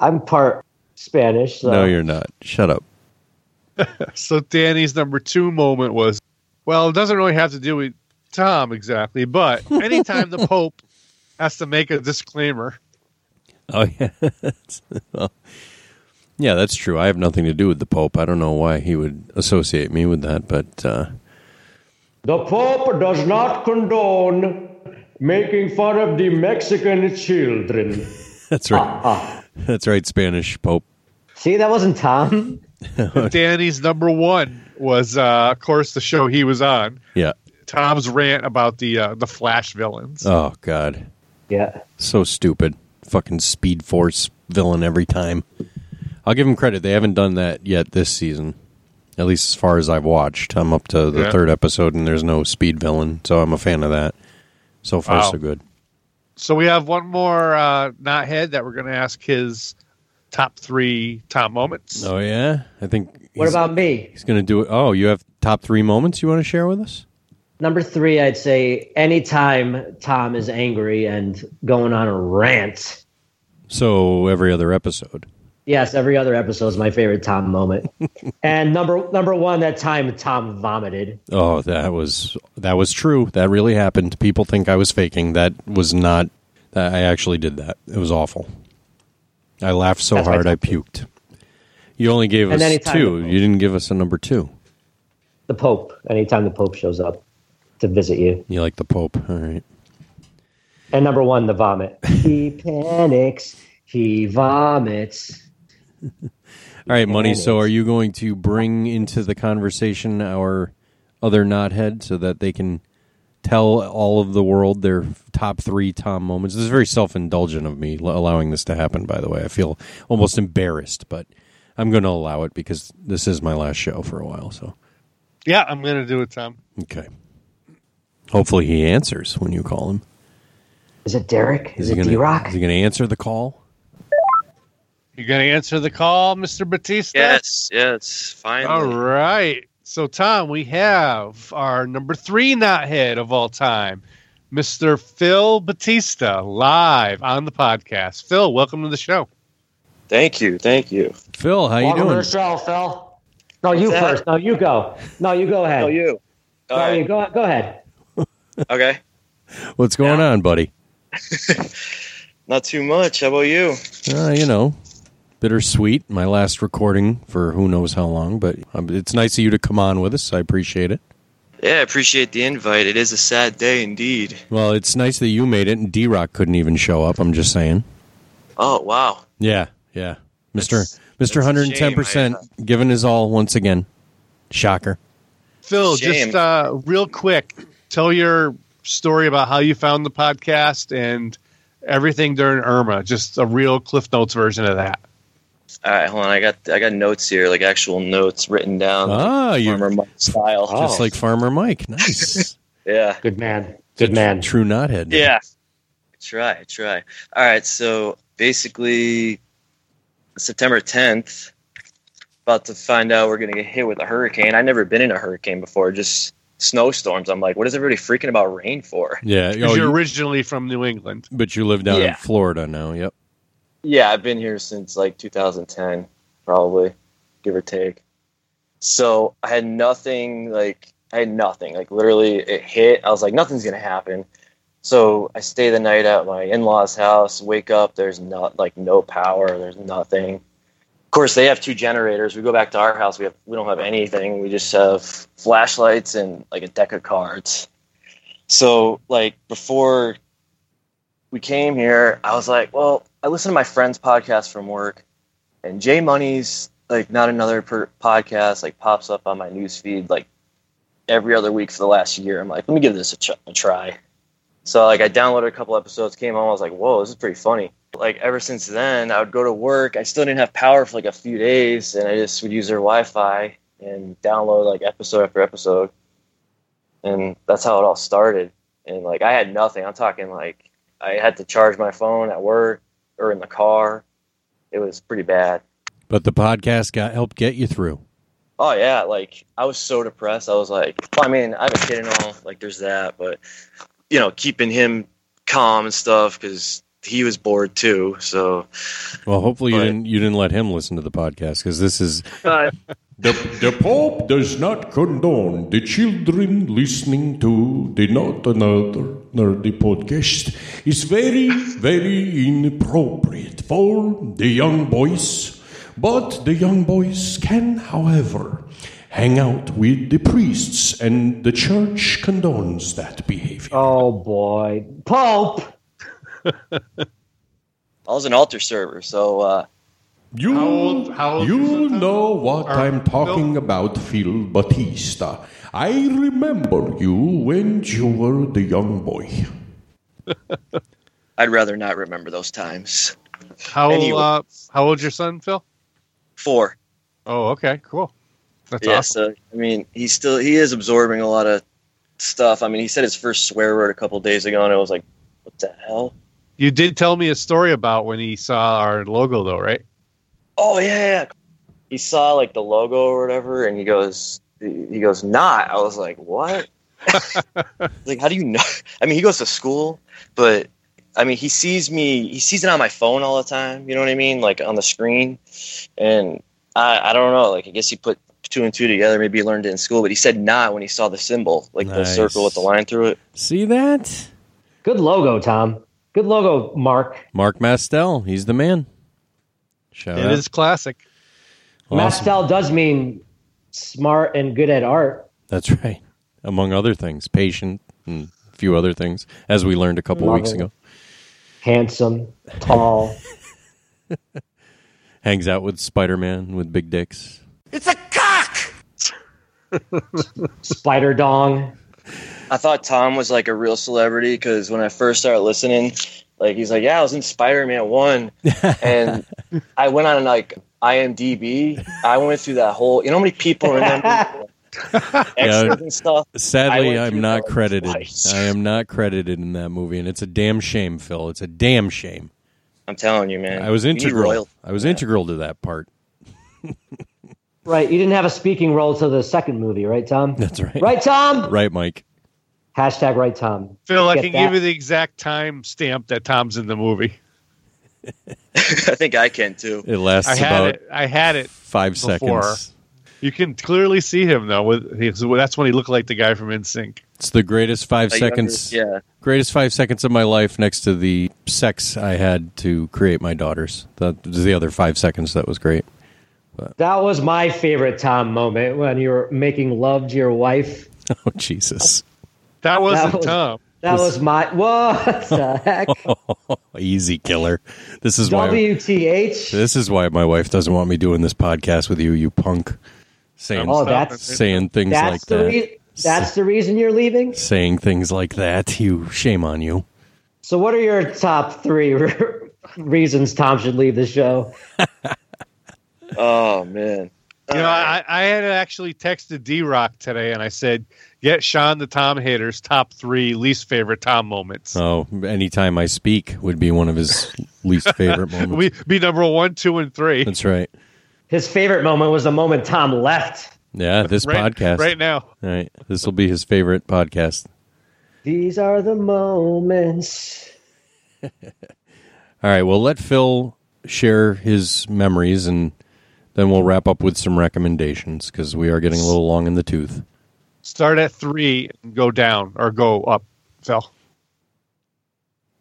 [SPEAKER 7] I'm part Spanish, so
[SPEAKER 1] No, you're not. Shut up.
[SPEAKER 2] So Danny's number two moment was, well, it doesn't really have to do with Tom exactly, but
[SPEAKER 1] [laughs]
[SPEAKER 2] anytime the Pope has to make a disclaimer,
[SPEAKER 1] Oh yeah. [laughs] That's- well, yeah, that's true. I have nothing to do with the Pope. I don't know why he would associate me with that, but uh, [laughs]
[SPEAKER 7] the Pope does not condone making fun of the Mexican children.
[SPEAKER 1] that's right. That's right, Spanish Pope.
[SPEAKER 7] See, that wasn't Tom.
[SPEAKER 2] Danny's number one was, uh, of course, the show he was on.
[SPEAKER 1] Yeah.
[SPEAKER 2] Tom's rant about the uh, the Flash villains.
[SPEAKER 1] Oh God.
[SPEAKER 7] Yeah.
[SPEAKER 1] So stupid. Fucking Speed Force villain every time. I'll give them credit. They haven't done that yet this season. At least as far as I've watched. I'm up to the
[SPEAKER 2] Yeah.
[SPEAKER 1] third episode and there's no speed villain, so I'm a fan of that. So far
[SPEAKER 2] Wow.
[SPEAKER 1] so good.
[SPEAKER 2] So we have one more uh, not head that we're going to ask his top three Tom moments.
[SPEAKER 1] Oh yeah? I think
[SPEAKER 7] What
[SPEAKER 1] he's-
[SPEAKER 7] about me?
[SPEAKER 1] he's gonna do it oh, you have top three moments you want to share with us?
[SPEAKER 7] Number three, I'd say anytime Tom is angry and going on a rant.
[SPEAKER 1] So every other episode.
[SPEAKER 7] Yes, every other episode is my favorite Tom [laughs] moment. and number number one, that time Tom vomited.
[SPEAKER 1] Oh, that was that was true. That really happened. People think I was faking. That was not. That I actually did that. It was awful. I laughed so
[SPEAKER 7] That's my
[SPEAKER 1] hard I
[SPEAKER 7] top
[SPEAKER 1] puked. You only gave
[SPEAKER 7] And
[SPEAKER 1] us
[SPEAKER 7] anytime
[SPEAKER 1] two.
[SPEAKER 7] the-
[SPEAKER 1] You didn't give us a number two.
[SPEAKER 7] The Pope. Anytime the Pope shows up to visit you.
[SPEAKER 1] You like the Pope. All right.
[SPEAKER 7] And number one, the vomit. [laughs] He panics. He vomits.
[SPEAKER 1] All right, money. So, are you going to bring into the conversation our other knothead so that they can tell all of the world their top three Tom moments? This is very self indulgent of me l- allowing this to happen. By the way, I feel almost embarrassed, but I'm going to allow it because this is my last show for a while. So,
[SPEAKER 2] Yeah, I'm gonna do it, Tom.
[SPEAKER 1] okay. Hopefully, he answers when you call him.
[SPEAKER 7] Is it Derek? Is, it
[SPEAKER 1] gonna,
[SPEAKER 7] D Rock?
[SPEAKER 1] Is he going to answer the call?
[SPEAKER 2] You gonna answer the call, Mr. Batista?
[SPEAKER 16] Yes, yes, finally.
[SPEAKER 2] All right. So, Tom, we have our number three knothead of all time, Mr. Phil Batista, live on the podcast. Phil, welcome to the show.
[SPEAKER 17] Thank you, thank you.
[SPEAKER 1] Phil, how
[SPEAKER 7] Welcome to the show, Phil. No, you
[SPEAKER 17] What's that?
[SPEAKER 7] first. No, you go. No, you go ahead.
[SPEAKER 17] No, you.
[SPEAKER 7] No,
[SPEAKER 17] All
[SPEAKER 7] you
[SPEAKER 17] right.
[SPEAKER 7] go, go ahead.
[SPEAKER 17] Okay.
[SPEAKER 1] What's going on, buddy?
[SPEAKER 17] Not too much. How about you?
[SPEAKER 1] Uh, you know, bittersweet. My last recording for who knows how long, but um, it's nice of you to come on with us. I appreciate it.
[SPEAKER 17] Yeah, I appreciate the invite. It is a sad day indeed.
[SPEAKER 1] Well, it's nice that you made it, and D Rock couldn't even show up. I'm just saying.
[SPEAKER 17] Oh wow.
[SPEAKER 1] Yeah, yeah, Mister Mister 110
[SPEAKER 17] uh,
[SPEAKER 1] percent giving his all once again. Shocker.
[SPEAKER 2] Phil,
[SPEAKER 1] Shame.
[SPEAKER 2] just uh, real quick, tell your story about how you found the podcast and everything during Irma. Just a real Cliff Notes version of that.
[SPEAKER 17] All right, hold on. I got I got notes here, like actual notes written down.
[SPEAKER 1] Ah,
[SPEAKER 17] like
[SPEAKER 1] you-
[SPEAKER 17] Farmer Mike style.
[SPEAKER 1] Just like Farmer Mike.
[SPEAKER 17] [laughs]
[SPEAKER 1] Nice.
[SPEAKER 17] yeah.
[SPEAKER 7] Good man. Good man.
[SPEAKER 1] True knothead.
[SPEAKER 17] Yeah. Try, try. All right, so basically September 10th, about to find out we're going to get hit with a hurricane. I've never been in a hurricane before, just snowstorms. I'm like, what is everybody freaking about rain for?
[SPEAKER 1] Yeah.
[SPEAKER 2] 'Cause
[SPEAKER 1] oh,
[SPEAKER 2] you're
[SPEAKER 1] you-
[SPEAKER 2] originally from New England.
[SPEAKER 1] but you live down in
[SPEAKER 17] Yeah.
[SPEAKER 1] Florida now. Yep.
[SPEAKER 17] Yeah, I've been here since like 2010, probably, give or take. So I had nothing, like, I had nothing. Like, literally, it hit. I was like, nothing's going to happen. So I stay the night at my in law's house, wake up, there's not, like, no power, there's nothing. Of course, they have two generators. We go back to our house, we, have, we don't have anything. We just have flashlights and, like, a deck of cards. So, like, before we came here, I was like, well, I listened to my friend's podcast from work, and Jay Money's like not another per- podcast like pops up on my news feed like every other week for the last year. I'm like, let me give this a, ch- a try. So like I downloaded a couple episodes, came home, I was like, whoa, this is pretty funny. Like ever since then, I would go to work. I still didn't have power for like a few days, and I just would use their Wi-Fi and download like episode after episode, and that's how it all started. And like I had nothing. I'm talking like I had to charge my phone at work or in the car. It was pretty bad.
[SPEAKER 1] But the podcast got helped get you through.
[SPEAKER 17] Oh yeah, like I was so depressed. I was like, well, I mean, I have a kid and all. Like, there's that, but you know, keeping him calm and stuff because he was bored too. So
[SPEAKER 1] Well, hopefully you didn't you didn't let him listen to the podcast because this is
[SPEAKER 11] The, the Pope does not condone the children listening to the Not Another Nerdy podcast. It's very, very inappropriate for the young boys. But the young boys can, however, hang out with the priests, and the church condones that behavior.
[SPEAKER 7] Oh, boy. Pope!
[SPEAKER 17] I was an altar server. So uh,
[SPEAKER 11] You, you know what I'm talking about, Phil Batista. I remember you when you were the young boy.
[SPEAKER 17] I'd rather not remember those times.
[SPEAKER 2] How
[SPEAKER 17] Anyway.
[SPEAKER 2] uh, how old's your son, Phil?
[SPEAKER 17] Four.
[SPEAKER 2] Oh, okay, cool. That's
[SPEAKER 17] yeah,
[SPEAKER 2] awesome.
[SPEAKER 17] so I mean, he still he is absorbing a lot of stuff. I mean, he said his first swear word a couple days ago, and I was like, what the hell?
[SPEAKER 2] You did tell me a story about when he saw our logo, though, right?
[SPEAKER 17] oh yeah, yeah, yeah. He saw like the logo or whatever, and he goes, he goes, not. I was like, what? like, how do you know? I mean, he goes to school, but I mean, he sees me. He sees it on my phone all the time. You know what I mean? Like on the screen, and I, I don't know. Like, I guess he put two and two together. Maybe he learned it in school, but he said not when he saw the symbol, like the
[SPEAKER 7] Nice.
[SPEAKER 17] circle with the line through it.
[SPEAKER 1] See that?
[SPEAKER 7] Good logo, Tom. Good logo, Mark.
[SPEAKER 1] Mark Mastel. He's the man. Shout
[SPEAKER 2] It is classic.
[SPEAKER 7] Mastel does mean smart and good at art.
[SPEAKER 1] That's right. Among other things, patient and a few other things, as we learned a couple of weeks
[SPEAKER 7] Loving.
[SPEAKER 1] ago.
[SPEAKER 7] Handsome, tall.
[SPEAKER 1] Hangs out with Spider Man with big dicks.
[SPEAKER 7] it's a cock. Spider dong.
[SPEAKER 17] I thought Tom was like a real celebrity because when I first started listening, like he's like, yeah, I was in Spider Man One, and I went on like IMDb. I went through that whole. You know how many people
[SPEAKER 1] [laughs]
[SPEAKER 17] remember extras and stuff.
[SPEAKER 1] Sadly, I'm not credited. I am not credited in that movie, and it's a damn shame, Phil. It's a damn shame.
[SPEAKER 17] I'm telling you, man.
[SPEAKER 1] I was
[SPEAKER 17] You need
[SPEAKER 1] integral.
[SPEAKER 17] royal- [laughs]
[SPEAKER 1] I was integral to that part.
[SPEAKER 7] Right. You didn't have a speaking role till the second movie, right, Tom?
[SPEAKER 1] That's right.
[SPEAKER 7] Right, Tom?
[SPEAKER 1] Right, Mike.
[SPEAKER 7] Hashtag right, Tom.
[SPEAKER 2] Phil, I
[SPEAKER 7] Get
[SPEAKER 2] can
[SPEAKER 7] that.
[SPEAKER 2] give you the exact time stamp that Tom's in the movie.
[SPEAKER 17] I think I can too.
[SPEAKER 1] It lasts
[SPEAKER 2] I had
[SPEAKER 1] about
[SPEAKER 2] it. I had it.
[SPEAKER 1] five
[SPEAKER 2] before.
[SPEAKER 1] seconds.
[SPEAKER 2] You can clearly see him though. With his, that's when he looked like the guy from NSYNC.
[SPEAKER 1] It's the greatest five
[SPEAKER 2] Like,
[SPEAKER 1] seconds.
[SPEAKER 2] under- yeah.
[SPEAKER 1] Greatest five seconds of my life next to the sex I had to create my daughters. That was the other five seconds that was great. [laughs]
[SPEAKER 7] That was my favorite Tom moment when you were making love to your wife.
[SPEAKER 1] Oh Jesus.
[SPEAKER 2] That
[SPEAKER 7] wasn't Tom. That was my
[SPEAKER 1] [laughs]
[SPEAKER 7] what the heck?
[SPEAKER 1] Oh, Easy killer. This is why
[SPEAKER 7] WTH?
[SPEAKER 1] This is why my wife doesn't want me doing this podcast with you, you punk. Saying
[SPEAKER 7] Oh, that's-
[SPEAKER 1] saying things
[SPEAKER 7] that's
[SPEAKER 1] like
[SPEAKER 7] the
[SPEAKER 1] that.
[SPEAKER 7] rea- that's the reason you're leaving.
[SPEAKER 1] saying things like that. You shame on you.
[SPEAKER 7] So, what are your top three re- [laughs] reasons Tom should leave the show?
[SPEAKER 17] Oh man.
[SPEAKER 2] You know, I, I had actually texted D Rock today, and I said, "Get Sean the Tom haters top three least favorite Tom moments.
[SPEAKER 1] Oh, anytime I speak would be one of his least
[SPEAKER 2] [laughs]
[SPEAKER 1] favorite moments.
[SPEAKER 2] we be number one, two, and three.
[SPEAKER 1] That's right.
[SPEAKER 7] His favorite moment was the moment Tom left.
[SPEAKER 1] Yeah, this
[SPEAKER 2] Right-
[SPEAKER 1] podcast
[SPEAKER 2] right now.
[SPEAKER 1] Right, this will be his favorite podcast.
[SPEAKER 7] These are the moments.
[SPEAKER 1] All right, well, let Phil share his memories, and then we'll wrap up with some recommendations because we are getting a little long in the tooth.
[SPEAKER 2] Start at three and go down or go up, Phil.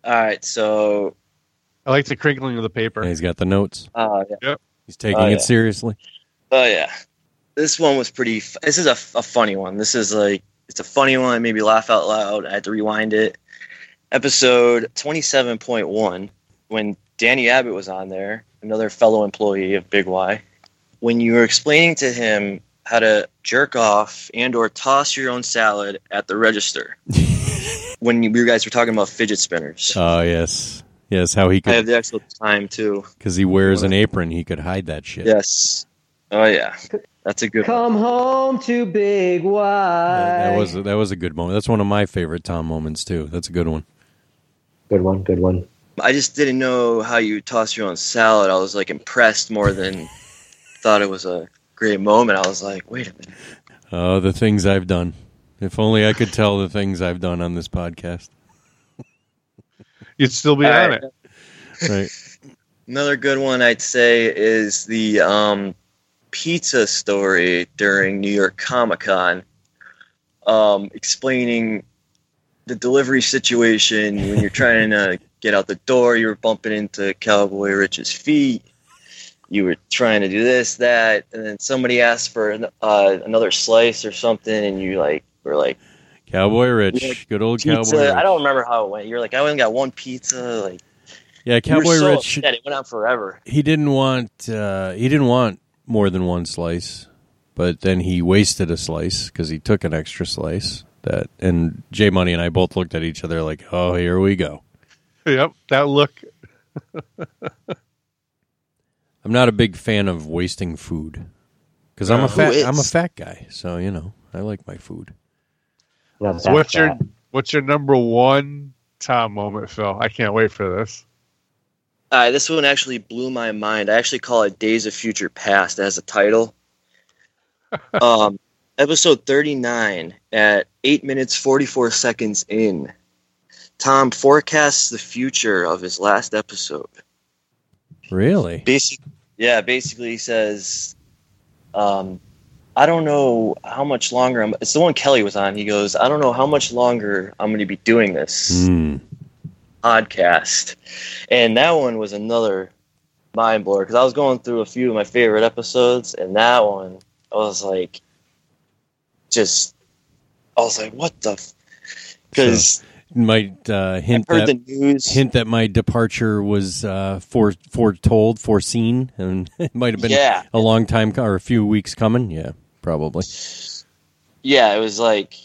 [SPEAKER 17] All right, so
[SPEAKER 2] I like the crinkling of the paper.
[SPEAKER 1] He's got the notes.
[SPEAKER 17] uh, yeah.
[SPEAKER 1] He's taking
[SPEAKER 17] Oh, yeah.
[SPEAKER 1] it seriously.
[SPEAKER 17] Oh yeah, this one was pretty. F- this is a, f- a funny one. This is like it's a funny one. It made me laugh out loud. I had to rewind it. Episode twenty seven point one when Danny Abbott was on there, another fellow employee of Big Y. When you were explaining to him how to jerk off and or toss your own salad at the register, when you, you guys were talking about fidget spinners,
[SPEAKER 1] Oh yes, yes. How he
[SPEAKER 17] I have
[SPEAKER 1] could
[SPEAKER 17] the actual time too.
[SPEAKER 1] because he wears an apron, he could hide that shit.
[SPEAKER 17] Yes. Oh yeah, that's a good. one.
[SPEAKER 7] Come home to Big Y.
[SPEAKER 1] That was that was a good moment. That's one of my favorite Tom moments too. That's a good one.
[SPEAKER 7] Good one. Good one.
[SPEAKER 17] I just didn't know how you toss your own salad. I was like impressed more than thought it was a great moment. I was like, wait a minute.
[SPEAKER 1] Oh, the things I've done. If only I could tell the things I've done on this podcast.
[SPEAKER 2] You'd still be
[SPEAKER 17] All
[SPEAKER 2] on
[SPEAKER 17] right.
[SPEAKER 2] it.
[SPEAKER 17] [laughs]
[SPEAKER 1] Right.
[SPEAKER 17] Another good one I'd say is the um, pizza story during New York Comic Con, um, explaining the delivery situation when you're trying to get out the door. You were bumping into Cowboy Rich's feet. You were trying to do this, that, and then somebody asked for an, uh, another slice or something, and you like were like
[SPEAKER 1] Cowboy Rich, good old
[SPEAKER 17] pizza.
[SPEAKER 1] Cowboy. Rich.
[SPEAKER 17] I don't remember how it went. You're like, I only got one pizza. Like
[SPEAKER 1] Yeah,
[SPEAKER 17] you were
[SPEAKER 1] Cowboy
[SPEAKER 17] so
[SPEAKER 1] Rich.
[SPEAKER 17] upset. It went on forever.
[SPEAKER 1] He didn't want uh, he didn't want more than one slice, but then he wasted a slice because he took an extra slice. That and J Money and I both looked at each other like, "Oh, here we go."
[SPEAKER 2] Yep, that look.
[SPEAKER 1] I'm not a big fan of wasting food because I'm
[SPEAKER 2] No.
[SPEAKER 1] a fat
[SPEAKER 2] Who is?
[SPEAKER 1] I'm a fat guy, so you know I like my food.
[SPEAKER 2] So what's your what's your number one Tom moment, Phil? I can't wait for this.
[SPEAKER 17] Uh, this one actually blew my mind. I actually call it Days of Future Past as a title. um, episode 39 at 8 minutes 44 seconds in. Tom forecasts the future of his last episode.
[SPEAKER 1] Really?
[SPEAKER 17] Basic, yeah, basically he says, um, I don't know how much longer I'm. It's the one Kelly was on. He goes, I don't know how much longer I'm going to be doing this
[SPEAKER 1] Mm.
[SPEAKER 17] podcast. And that one was another mind blower because I was going through a few of my favorite episodes, and that one I was like, just I was like, what the? Because
[SPEAKER 1] might uh, hint
[SPEAKER 17] I've heard
[SPEAKER 1] that
[SPEAKER 17] the news.
[SPEAKER 1] hint that my departure was uh, fore, foretold, foreseen, and [laughs] it might have been
[SPEAKER 17] Yeah.
[SPEAKER 1] a long time co- or a few weeks coming. Yeah, probably.
[SPEAKER 17] yeah, it was like,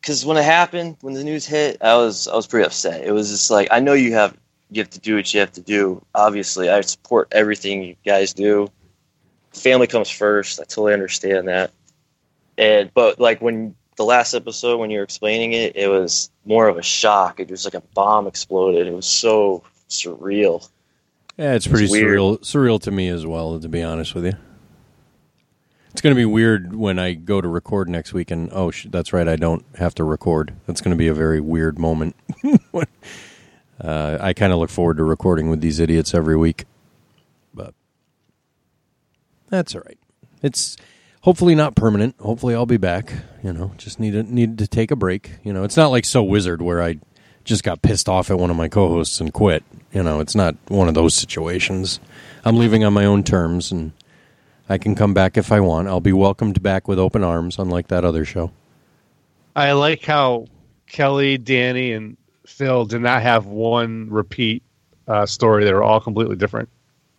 [SPEAKER 17] because when it happened, when the news hit, I was I was pretty upset. It was just like I know you have you have to do what you have to do. Obviously, I support everything you guys do. Family comes first. I totally understand that. And but like when the last episode when you were explaining it, it was more of a shock. It was like a bomb exploded. It was so surreal.
[SPEAKER 1] Yeah, it's pretty
[SPEAKER 17] weird.
[SPEAKER 1] surreal. Surreal to me as well, to be honest with you. It's going to be weird when I go to record next week, and oh, sh- that's right, I don't have to record. That's going to be a very weird moment. [laughs] uh, I kind of look forward to recording with these idiots every week, but that's all right. It's hopefully not permanent. Hopefully, I'll be back. You know, just need to need to take a break. You know, it's not like So Wizard where I just got pissed off at one of my co-hosts and quit. You know, it's not one of those situations. I'm leaving on my own terms, and I can come back if I want. I'll be welcomed back with open arms, unlike that other show.
[SPEAKER 2] I like how Kelly, Danny, and Phil did not have one repeat uh, story. They were all completely different.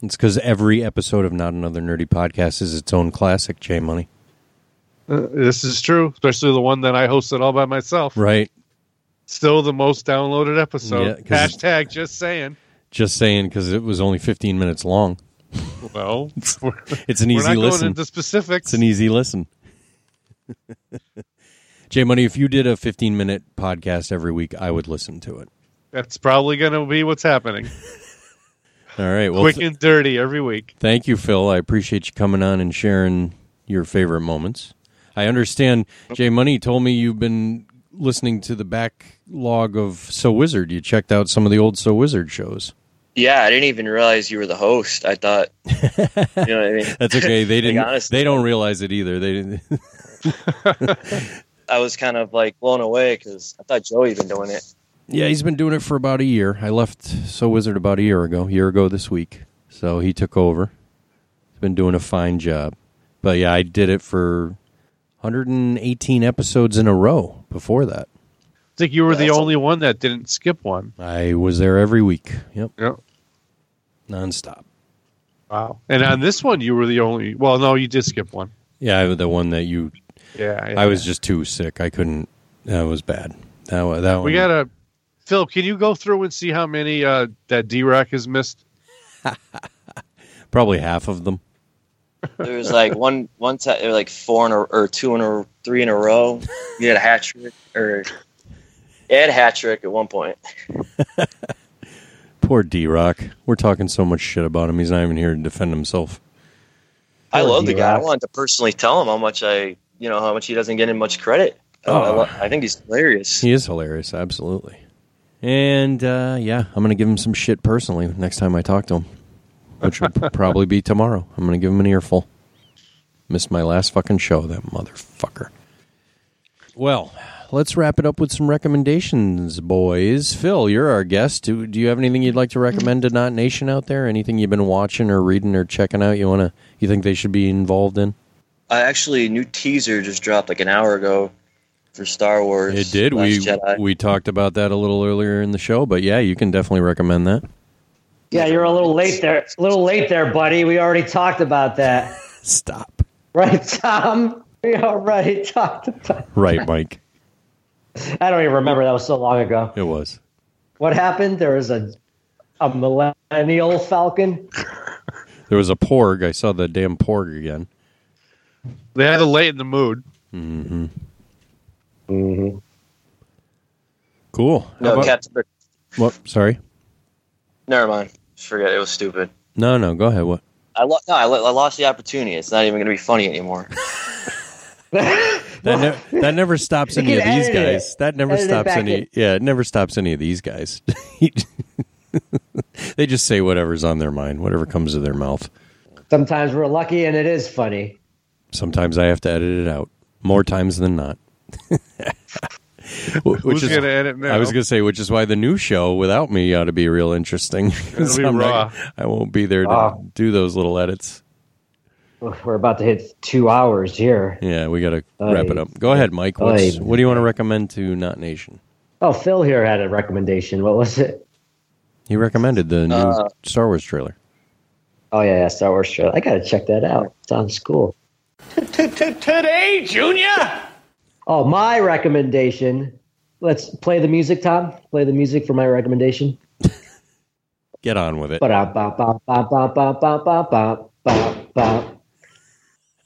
[SPEAKER 1] It's because every episode of Not Another Nerdy Podcast is its own classic, J Money.
[SPEAKER 2] Uh, this is true, especially the one that I hosted all by myself.
[SPEAKER 1] Right.
[SPEAKER 2] Still the most downloaded episode.
[SPEAKER 1] Yeah, 'cause-
[SPEAKER 2] Hashtag just saying.
[SPEAKER 1] Just saying, because it was only 15 minutes long.
[SPEAKER 2] Well, we're-
[SPEAKER 1] [laughs] It's an
[SPEAKER 2] we're
[SPEAKER 1] easy
[SPEAKER 2] not
[SPEAKER 1] listen.
[SPEAKER 2] going into specifics.
[SPEAKER 1] It's an easy [laughs] listen. J Money, if you did a 15 minute podcast every week, I would listen to it.
[SPEAKER 2] That's probably going to be what's happening.
[SPEAKER 1] All right. [laughs] Well,
[SPEAKER 2] Quick
[SPEAKER 1] th-
[SPEAKER 2] and dirty every week.
[SPEAKER 1] Thank you, Phil. I appreciate you coming on and sharing your favorite moments. I understand Jay Money told me you've been listening to the backlog of So Wizard. You checked out some of the old So Wizard shows.
[SPEAKER 17] Yeah, I didn't even realize you were the host.
[SPEAKER 1] [laughs]
[SPEAKER 17] I thought, you know what I mean?
[SPEAKER 1] That's okay. They
[SPEAKER 17] Like,
[SPEAKER 1] didn't.
[SPEAKER 17] honestly,
[SPEAKER 1] they don't realize it either. They didn't. [laughs]
[SPEAKER 17] I was kind of like blown away because I thought Joey had been doing it.
[SPEAKER 1] Yeah, he's been doing it for about a year. I left So Wizard about a year ago, year ago this week. So he took over. He's been doing a fine job. But yeah, I did it for 118 episodes in a row before that.
[SPEAKER 2] I think you were the only one that didn't skip one.
[SPEAKER 1] I was there every week. Yep.
[SPEAKER 2] Yep.
[SPEAKER 1] Nonstop.
[SPEAKER 2] Wow. And on this one, you were the only. Well, no, you did skip one.
[SPEAKER 1] Yeah, I- the one that you.
[SPEAKER 2] Yeah,
[SPEAKER 1] I was just too sick. I couldn't. That was bad. That one. That
[SPEAKER 2] We
[SPEAKER 1] one-
[SPEAKER 2] gotta. Phil, can you go through and see how many uh, that D Rock has missed?
[SPEAKER 1] probably half of them.
[SPEAKER 17] There was like one one time, there were like four in a, or two in a three in a row. You had a hat trick or Ed hat trick at one point.
[SPEAKER 1] Poor D Rock. We're talking so much shit about him. He's not even here to defend himself.
[SPEAKER 17] I
[SPEAKER 1] Poor
[SPEAKER 17] love the guy. I
[SPEAKER 1] D-Rock.
[SPEAKER 17] wanted to personally tell him how much I, you know, how much he doesn't get in much credit. Uh, I, lo- I think he's hilarious.
[SPEAKER 1] Oh. He is hilarious, absolutely. And uh, yeah, I'm going to give him some shit personally next time I talk to him, which will probably be tomorrow. I'm going to give him an earful. Missed my last fucking show, that motherfucker. Well, let's wrap it up with some recommendations, boys. Phil, you're our guest. Do, do you have anything you'd like to recommend to Not Nation out there? Anything you've been watching or reading or checking out you want to you think they should be involved in?
[SPEAKER 17] I actually a new teaser just dropped like an hour ago for Star Wars.
[SPEAKER 1] It did.
[SPEAKER 17] Last
[SPEAKER 1] We
[SPEAKER 17] Jedi.
[SPEAKER 1] we talked about that a little earlier in the show, but yeah, you can definitely recommend that.
[SPEAKER 7] Yeah, you're a little late there. A little late there, buddy. We already talked about that. [laughs]
[SPEAKER 1] Stop.
[SPEAKER 7] Right, Tom? We already [laughs] talked about
[SPEAKER 1] Right, Mike.
[SPEAKER 7] I don't even remember. That was so long ago.
[SPEAKER 1] It was.
[SPEAKER 7] What happened? There was a a millennial falcon.
[SPEAKER 1] There was a porg. I saw the damn porg again.
[SPEAKER 2] They had a late in the mood.
[SPEAKER 1] Mm-hmm. Mm-hmm. Cool. How
[SPEAKER 17] No,
[SPEAKER 1] about-
[SPEAKER 17] Captain. Bri-
[SPEAKER 1] What? Sorry.
[SPEAKER 17] Never mind. Forget it. It was stupid.
[SPEAKER 1] No, no. Go ahead. What?
[SPEAKER 17] I lo- no, I, lo- I lost the opportunity. It's not even going to be funny anymore.
[SPEAKER 1] That
[SPEAKER 17] [laughs]
[SPEAKER 1] ne- that never stops
[SPEAKER 17] You
[SPEAKER 1] any
[SPEAKER 17] can
[SPEAKER 1] of these
[SPEAKER 17] edit it.
[SPEAKER 1] guys. That never
[SPEAKER 17] Edit it
[SPEAKER 1] stops
[SPEAKER 17] back
[SPEAKER 1] any.
[SPEAKER 17] in.
[SPEAKER 1] Yeah, it never stops any of these guys. [laughs] they just say whatever's on their mind, whatever comes to their mouth.
[SPEAKER 7] Sometimes we're lucky, and it is funny.
[SPEAKER 1] [laughs] Sometimes I have to edit it out more times than not. Which
[SPEAKER 2] Who's
[SPEAKER 1] is,
[SPEAKER 2] gonna edit now?
[SPEAKER 1] I was going to say, which is why the new show without me ought to be real
[SPEAKER 2] [laughs]
[SPEAKER 1] interesting. 'Cause
[SPEAKER 2] be
[SPEAKER 1] I'm not-
[SPEAKER 2] raw.
[SPEAKER 1] I won't be there to
[SPEAKER 7] Raw.
[SPEAKER 1] do those little edits.
[SPEAKER 7] We're about to hit two hours here.
[SPEAKER 1] Yeah, we got to
[SPEAKER 7] Aye.
[SPEAKER 1] wrap it up. Go ahead, Mike. What's,
[SPEAKER 7] Aye.
[SPEAKER 1] what do you want to recommend to Not Nation?
[SPEAKER 7] Oh, Phil here had a recommendation. What was it?
[SPEAKER 1] He recommended the new
[SPEAKER 7] Uh,
[SPEAKER 1] Star Wars trailer.
[SPEAKER 7] Oh yeah, yeah Star Wars trailer. I gotta check that out. Sounds cool.
[SPEAKER 5] Today, Junior.
[SPEAKER 7] Oh, my recommendation. Let's play the music, Tom. Play the music for my recommendation.
[SPEAKER 1] Get on with it.
[SPEAKER 7] Ba-da-ba-ba-ba-ba-ba-ba-ba-ba.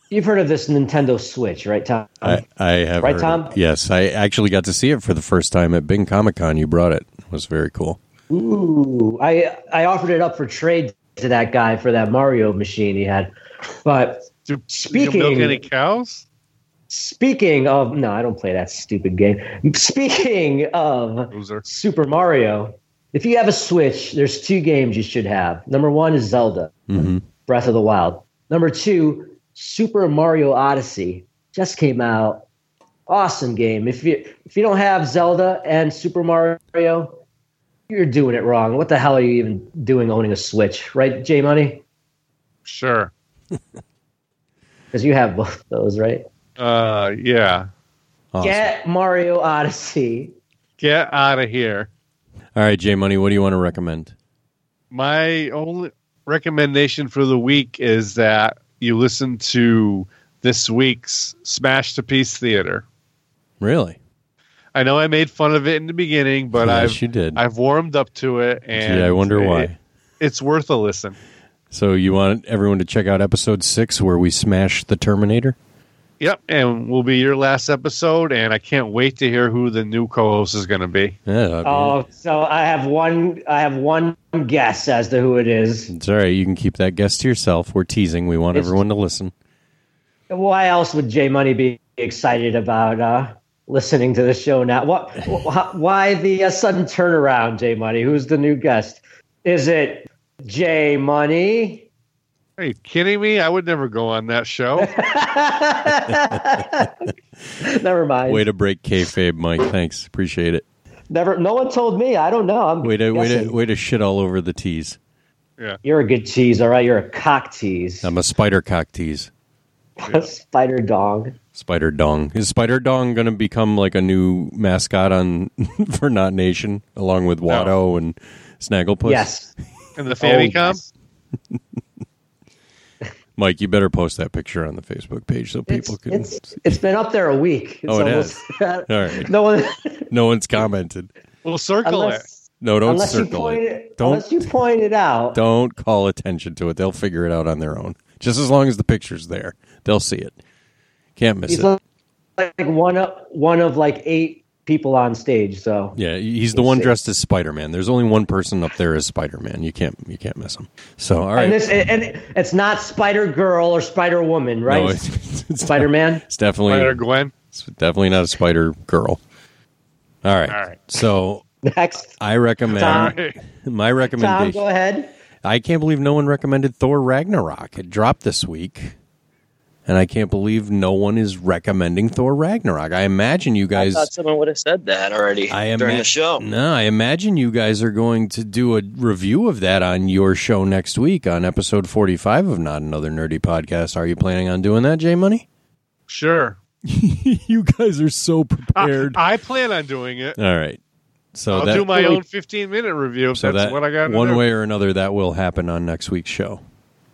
[SPEAKER 7] You've heard of this Nintendo Switch, right, Tom?
[SPEAKER 1] I, I have
[SPEAKER 7] um, Right,
[SPEAKER 1] heard
[SPEAKER 7] Tom?
[SPEAKER 1] it. Yes, I actually got to see it for the first time at Bing Comic Con. You brought it. It was very cool.
[SPEAKER 7] Ooh, I I offered it up for trade to that guy for that Mario machine he had. But
[SPEAKER 2] Did you milk any
[SPEAKER 7] speaking
[SPEAKER 2] cows?
[SPEAKER 7] speaking of no, I don't play that stupid game. Speaking of Super Mario, if you have a Switch, there's two games you should have. Number one is Zelda.
[SPEAKER 1] Mm-hmm.
[SPEAKER 7] Breath of the Wild. Number two, Super Mario Odyssey just came out. Awesome game. If you if you don't have Zelda and Super Mario, you're doing it wrong. What the hell are you even doing owning a Switch, right, J Money?
[SPEAKER 2] Sure.
[SPEAKER 7] Because you have both [laughs] those, right?
[SPEAKER 2] Uh, yeah.
[SPEAKER 7] Get Mario Odyssey.
[SPEAKER 2] Get out of here.
[SPEAKER 1] All right, Jay Money, what do you want to recommend?
[SPEAKER 2] My only recommendation for the week is that you listen to this week's Smash to Peace Theater.
[SPEAKER 1] Really?
[SPEAKER 2] I know I made fun of it in the beginning, but
[SPEAKER 1] Yes,
[SPEAKER 2] I've
[SPEAKER 1] you did.
[SPEAKER 2] I've warmed up to it, and
[SPEAKER 1] Gee, I wonder
[SPEAKER 2] it-
[SPEAKER 1] why.
[SPEAKER 2] it's worth a listen.
[SPEAKER 1] So you want everyone to check out episode six where we smash the Terminator?
[SPEAKER 2] Yep, and will be your last episode, and I can't wait to hear who the new co-host is going to be.
[SPEAKER 1] Yeah, that'd be-
[SPEAKER 7] Oh, so I have one I have one guess as to who it is.
[SPEAKER 1] it's all right. You can keep that guess to yourself. We're teasing. We want
[SPEAKER 7] It's-
[SPEAKER 1] everyone to listen.
[SPEAKER 7] Why else would J Money be excited about uh, listening to the show now? What? wh- why the uh, sudden turnaround, J Money? Who's the new guest? Is it J Money? [laughs]
[SPEAKER 2] Are you kidding me? I would never go on that show.
[SPEAKER 7] Never mind.
[SPEAKER 1] Way to break kayfabe, Mike. Thanks. Appreciate it.
[SPEAKER 7] Never. No one told me. I don't know. I'm
[SPEAKER 1] Way to, way to,
[SPEAKER 7] guessing.
[SPEAKER 1] way to shit all over the tease.
[SPEAKER 7] You're a good cheese, all right. You're a cock tease.
[SPEAKER 1] I'm a spider cock tease.
[SPEAKER 7] [laughs] Spider dog.
[SPEAKER 1] Spider Dong. Is Spider Dong going to become like a new mascot on [laughs] for Not Nation along with Watto and Snagglepuss?
[SPEAKER 7] Yes.
[SPEAKER 2] And the Famicom?
[SPEAKER 1] Mike, you better post that picture on the Facebook page so people can.
[SPEAKER 7] It's it's been up there a week. It's
[SPEAKER 1] Oh, it
[SPEAKER 7] almost- [laughs]
[SPEAKER 1] All right.
[SPEAKER 7] no one.
[SPEAKER 1] No one's commented.
[SPEAKER 2] We'll circle
[SPEAKER 7] Unless-
[SPEAKER 1] No, don't
[SPEAKER 7] unless you
[SPEAKER 1] circle
[SPEAKER 7] point
[SPEAKER 1] it.
[SPEAKER 7] it.
[SPEAKER 1] Don't
[SPEAKER 7] Unless you point it out.
[SPEAKER 1] don't call attention to it. They'll figure it out on their own. Just as long as the picture's there, they'll see it. Can't miss
[SPEAKER 7] he's
[SPEAKER 1] it.
[SPEAKER 7] like like one of one of like eight people on stage. So
[SPEAKER 1] Yeah, he's the one dressed as Spider Man. There's only one person up there as Spider Man. You can't you can't miss him. So all right,
[SPEAKER 7] and this and it's not Spider Girl or Spider Woman, right?
[SPEAKER 1] No, [laughs] it's-
[SPEAKER 7] Spider Man. [laughs]
[SPEAKER 1] it's definitely
[SPEAKER 2] Spider Gwen.
[SPEAKER 1] It's definitely not a Spider Girl. All right. All right. So
[SPEAKER 7] Next,
[SPEAKER 1] I recommend
[SPEAKER 7] Tom.
[SPEAKER 1] my
[SPEAKER 7] Tom,
[SPEAKER 1] recommendation.
[SPEAKER 7] go ahead.
[SPEAKER 1] I can't believe no one recommended Thor Ragnarok. It dropped this week. And I can't believe no one is recommending Thor Ragnarok. I imagine you
[SPEAKER 17] I
[SPEAKER 1] guys
[SPEAKER 17] thought someone would have said that already
[SPEAKER 1] I am
[SPEAKER 17] during the show.
[SPEAKER 1] No, I imagine you guys are going to do a review of that on your show next week on episode 45 of Not Another Nerdy Podcast. Are you planning on doing that, Jay Money?
[SPEAKER 2] Sure.
[SPEAKER 1] [laughs] you guys are so prepared.
[SPEAKER 2] I plan on doing
[SPEAKER 1] [laughs]
[SPEAKER 2] it.
[SPEAKER 1] All right. So
[SPEAKER 2] I'll
[SPEAKER 1] that,
[SPEAKER 2] do my own 15 minute review if
[SPEAKER 1] So
[SPEAKER 2] that's
[SPEAKER 1] that
[SPEAKER 2] what I got.
[SPEAKER 1] one way or another that will happen on next week's show.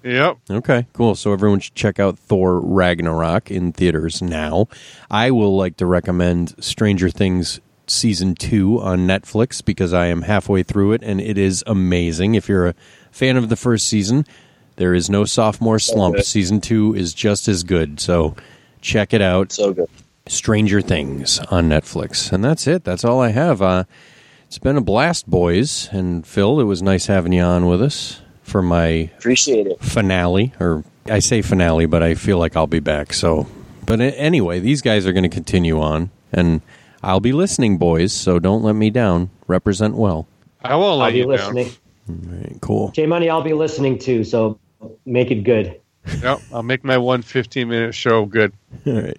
[SPEAKER 2] Yep.
[SPEAKER 1] Okay, cool. So everyone should check out Thor Ragnarok in theaters now. I will like to recommend Stranger Things season 2 on Netflix because I am halfway through it and it is amazing. If you're a fan of the first season, there is no sophomore slump. Season 2 is just as good. So check it out.
[SPEAKER 17] So good.
[SPEAKER 1] Stranger Things on Netflix. And that's it. That's all I have. Uh, it's been a blast, boys. And Phil, it was nice having you on with us for my
[SPEAKER 17] Appreciate it.
[SPEAKER 1] finale, or I say finale, but I feel like I'll be back. So, but a- anyway, these guys are going to continue on, and I'll be listening, boys. So don't let me down. Represent well.
[SPEAKER 2] I won't let
[SPEAKER 7] I'll be
[SPEAKER 2] you
[SPEAKER 7] listening.
[SPEAKER 1] Cool.
[SPEAKER 7] J Money, I'll be listening too. So make it good.
[SPEAKER 2] down. Yep. I'll make my one 15 minute show good.
[SPEAKER 1] All right.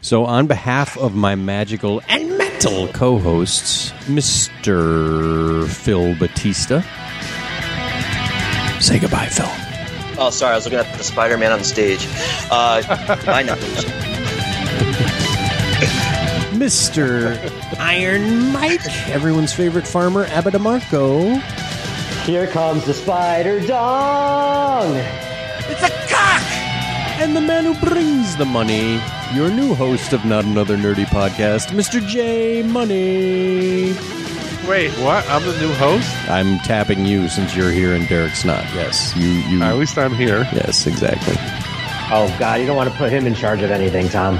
[SPEAKER 1] So, on behalf of my magical and magic gentle co hosts, Mr. Phil Batista. Say goodbye, Phil.
[SPEAKER 17] Oh, sorry, I was looking at the Spider-Man on the stage. Uh, my [laughs] numbers.
[SPEAKER 1] [laughs] Mr. Iron Mike, everyone's favorite farmer, Abba DeMarco.
[SPEAKER 7] Here comes the spider dong.
[SPEAKER 1] It's a cock! And the man who brings the money, your new host of Not Another Nerdy Podcast, Mr. J Money.
[SPEAKER 2] Wait, what? I'm the new host?
[SPEAKER 1] I'm tapping you since you're here and Derek's not. Yes, you. you
[SPEAKER 2] At least I'm here.
[SPEAKER 1] Yes, exactly.
[SPEAKER 7] Oh God, you don't want to put him in charge of anything, Tom.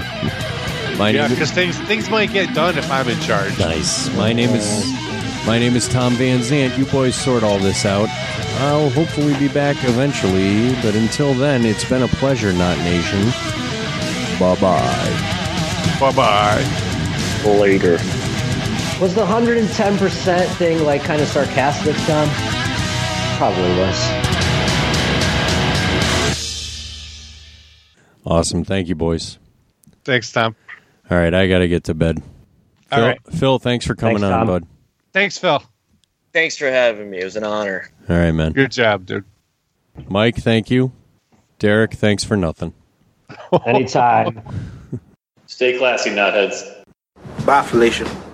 [SPEAKER 1] My
[SPEAKER 2] yeah,
[SPEAKER 1] name
[SPEAKER 2] because things things might get done if I'm in charge.
[SPEAKER 1] Nice. My name is my name is Tom Van Zant. You boys sort all this out. I'll hopefully be back eventually, but until then, it's been a pleasure, Not Nation. Bye bye.
[SPEAKER 2] Bye bye.
[SPEAKER 17] Later.
[SPEAKER 7] Was the 110% thing like kind of sarcastic,
[SPEAKER 1] [laughs]
[SPEAKER 7] Tom? Probably was.
[SPEAKER 1] Awesome. Thank you, boys.
[SPEAKER 2] Thanks, Tom.
[SPEAKER 1] All right, I gotta get to bed.
[SPEAKER 2] All
[SPEAKER 1] Phil,
[SPEAKER 2] right.
[SPEAKER 1] Phil thanks for coming
[SPEAKER 7] Thanks,
[SPEAKER 1] on,
[SPEAKER 7] Tom.
[SPEAKER 1] bud.
[SPEAKER 2] Thanks, Phil.
[SPEAKER 17] Thanks for having me. It was an honor.
[SPEAKER 1] All right, man.
[SPEAKER 2] Good job, dude.
[SPEAKER 1] Mike, thank you. Derek, thanks for nothing.
[SPEAKER 7] Anytime.
[SPEAKER 18] Stay classy, knotheads.
[SPEAKER 12] Bye, Felicia.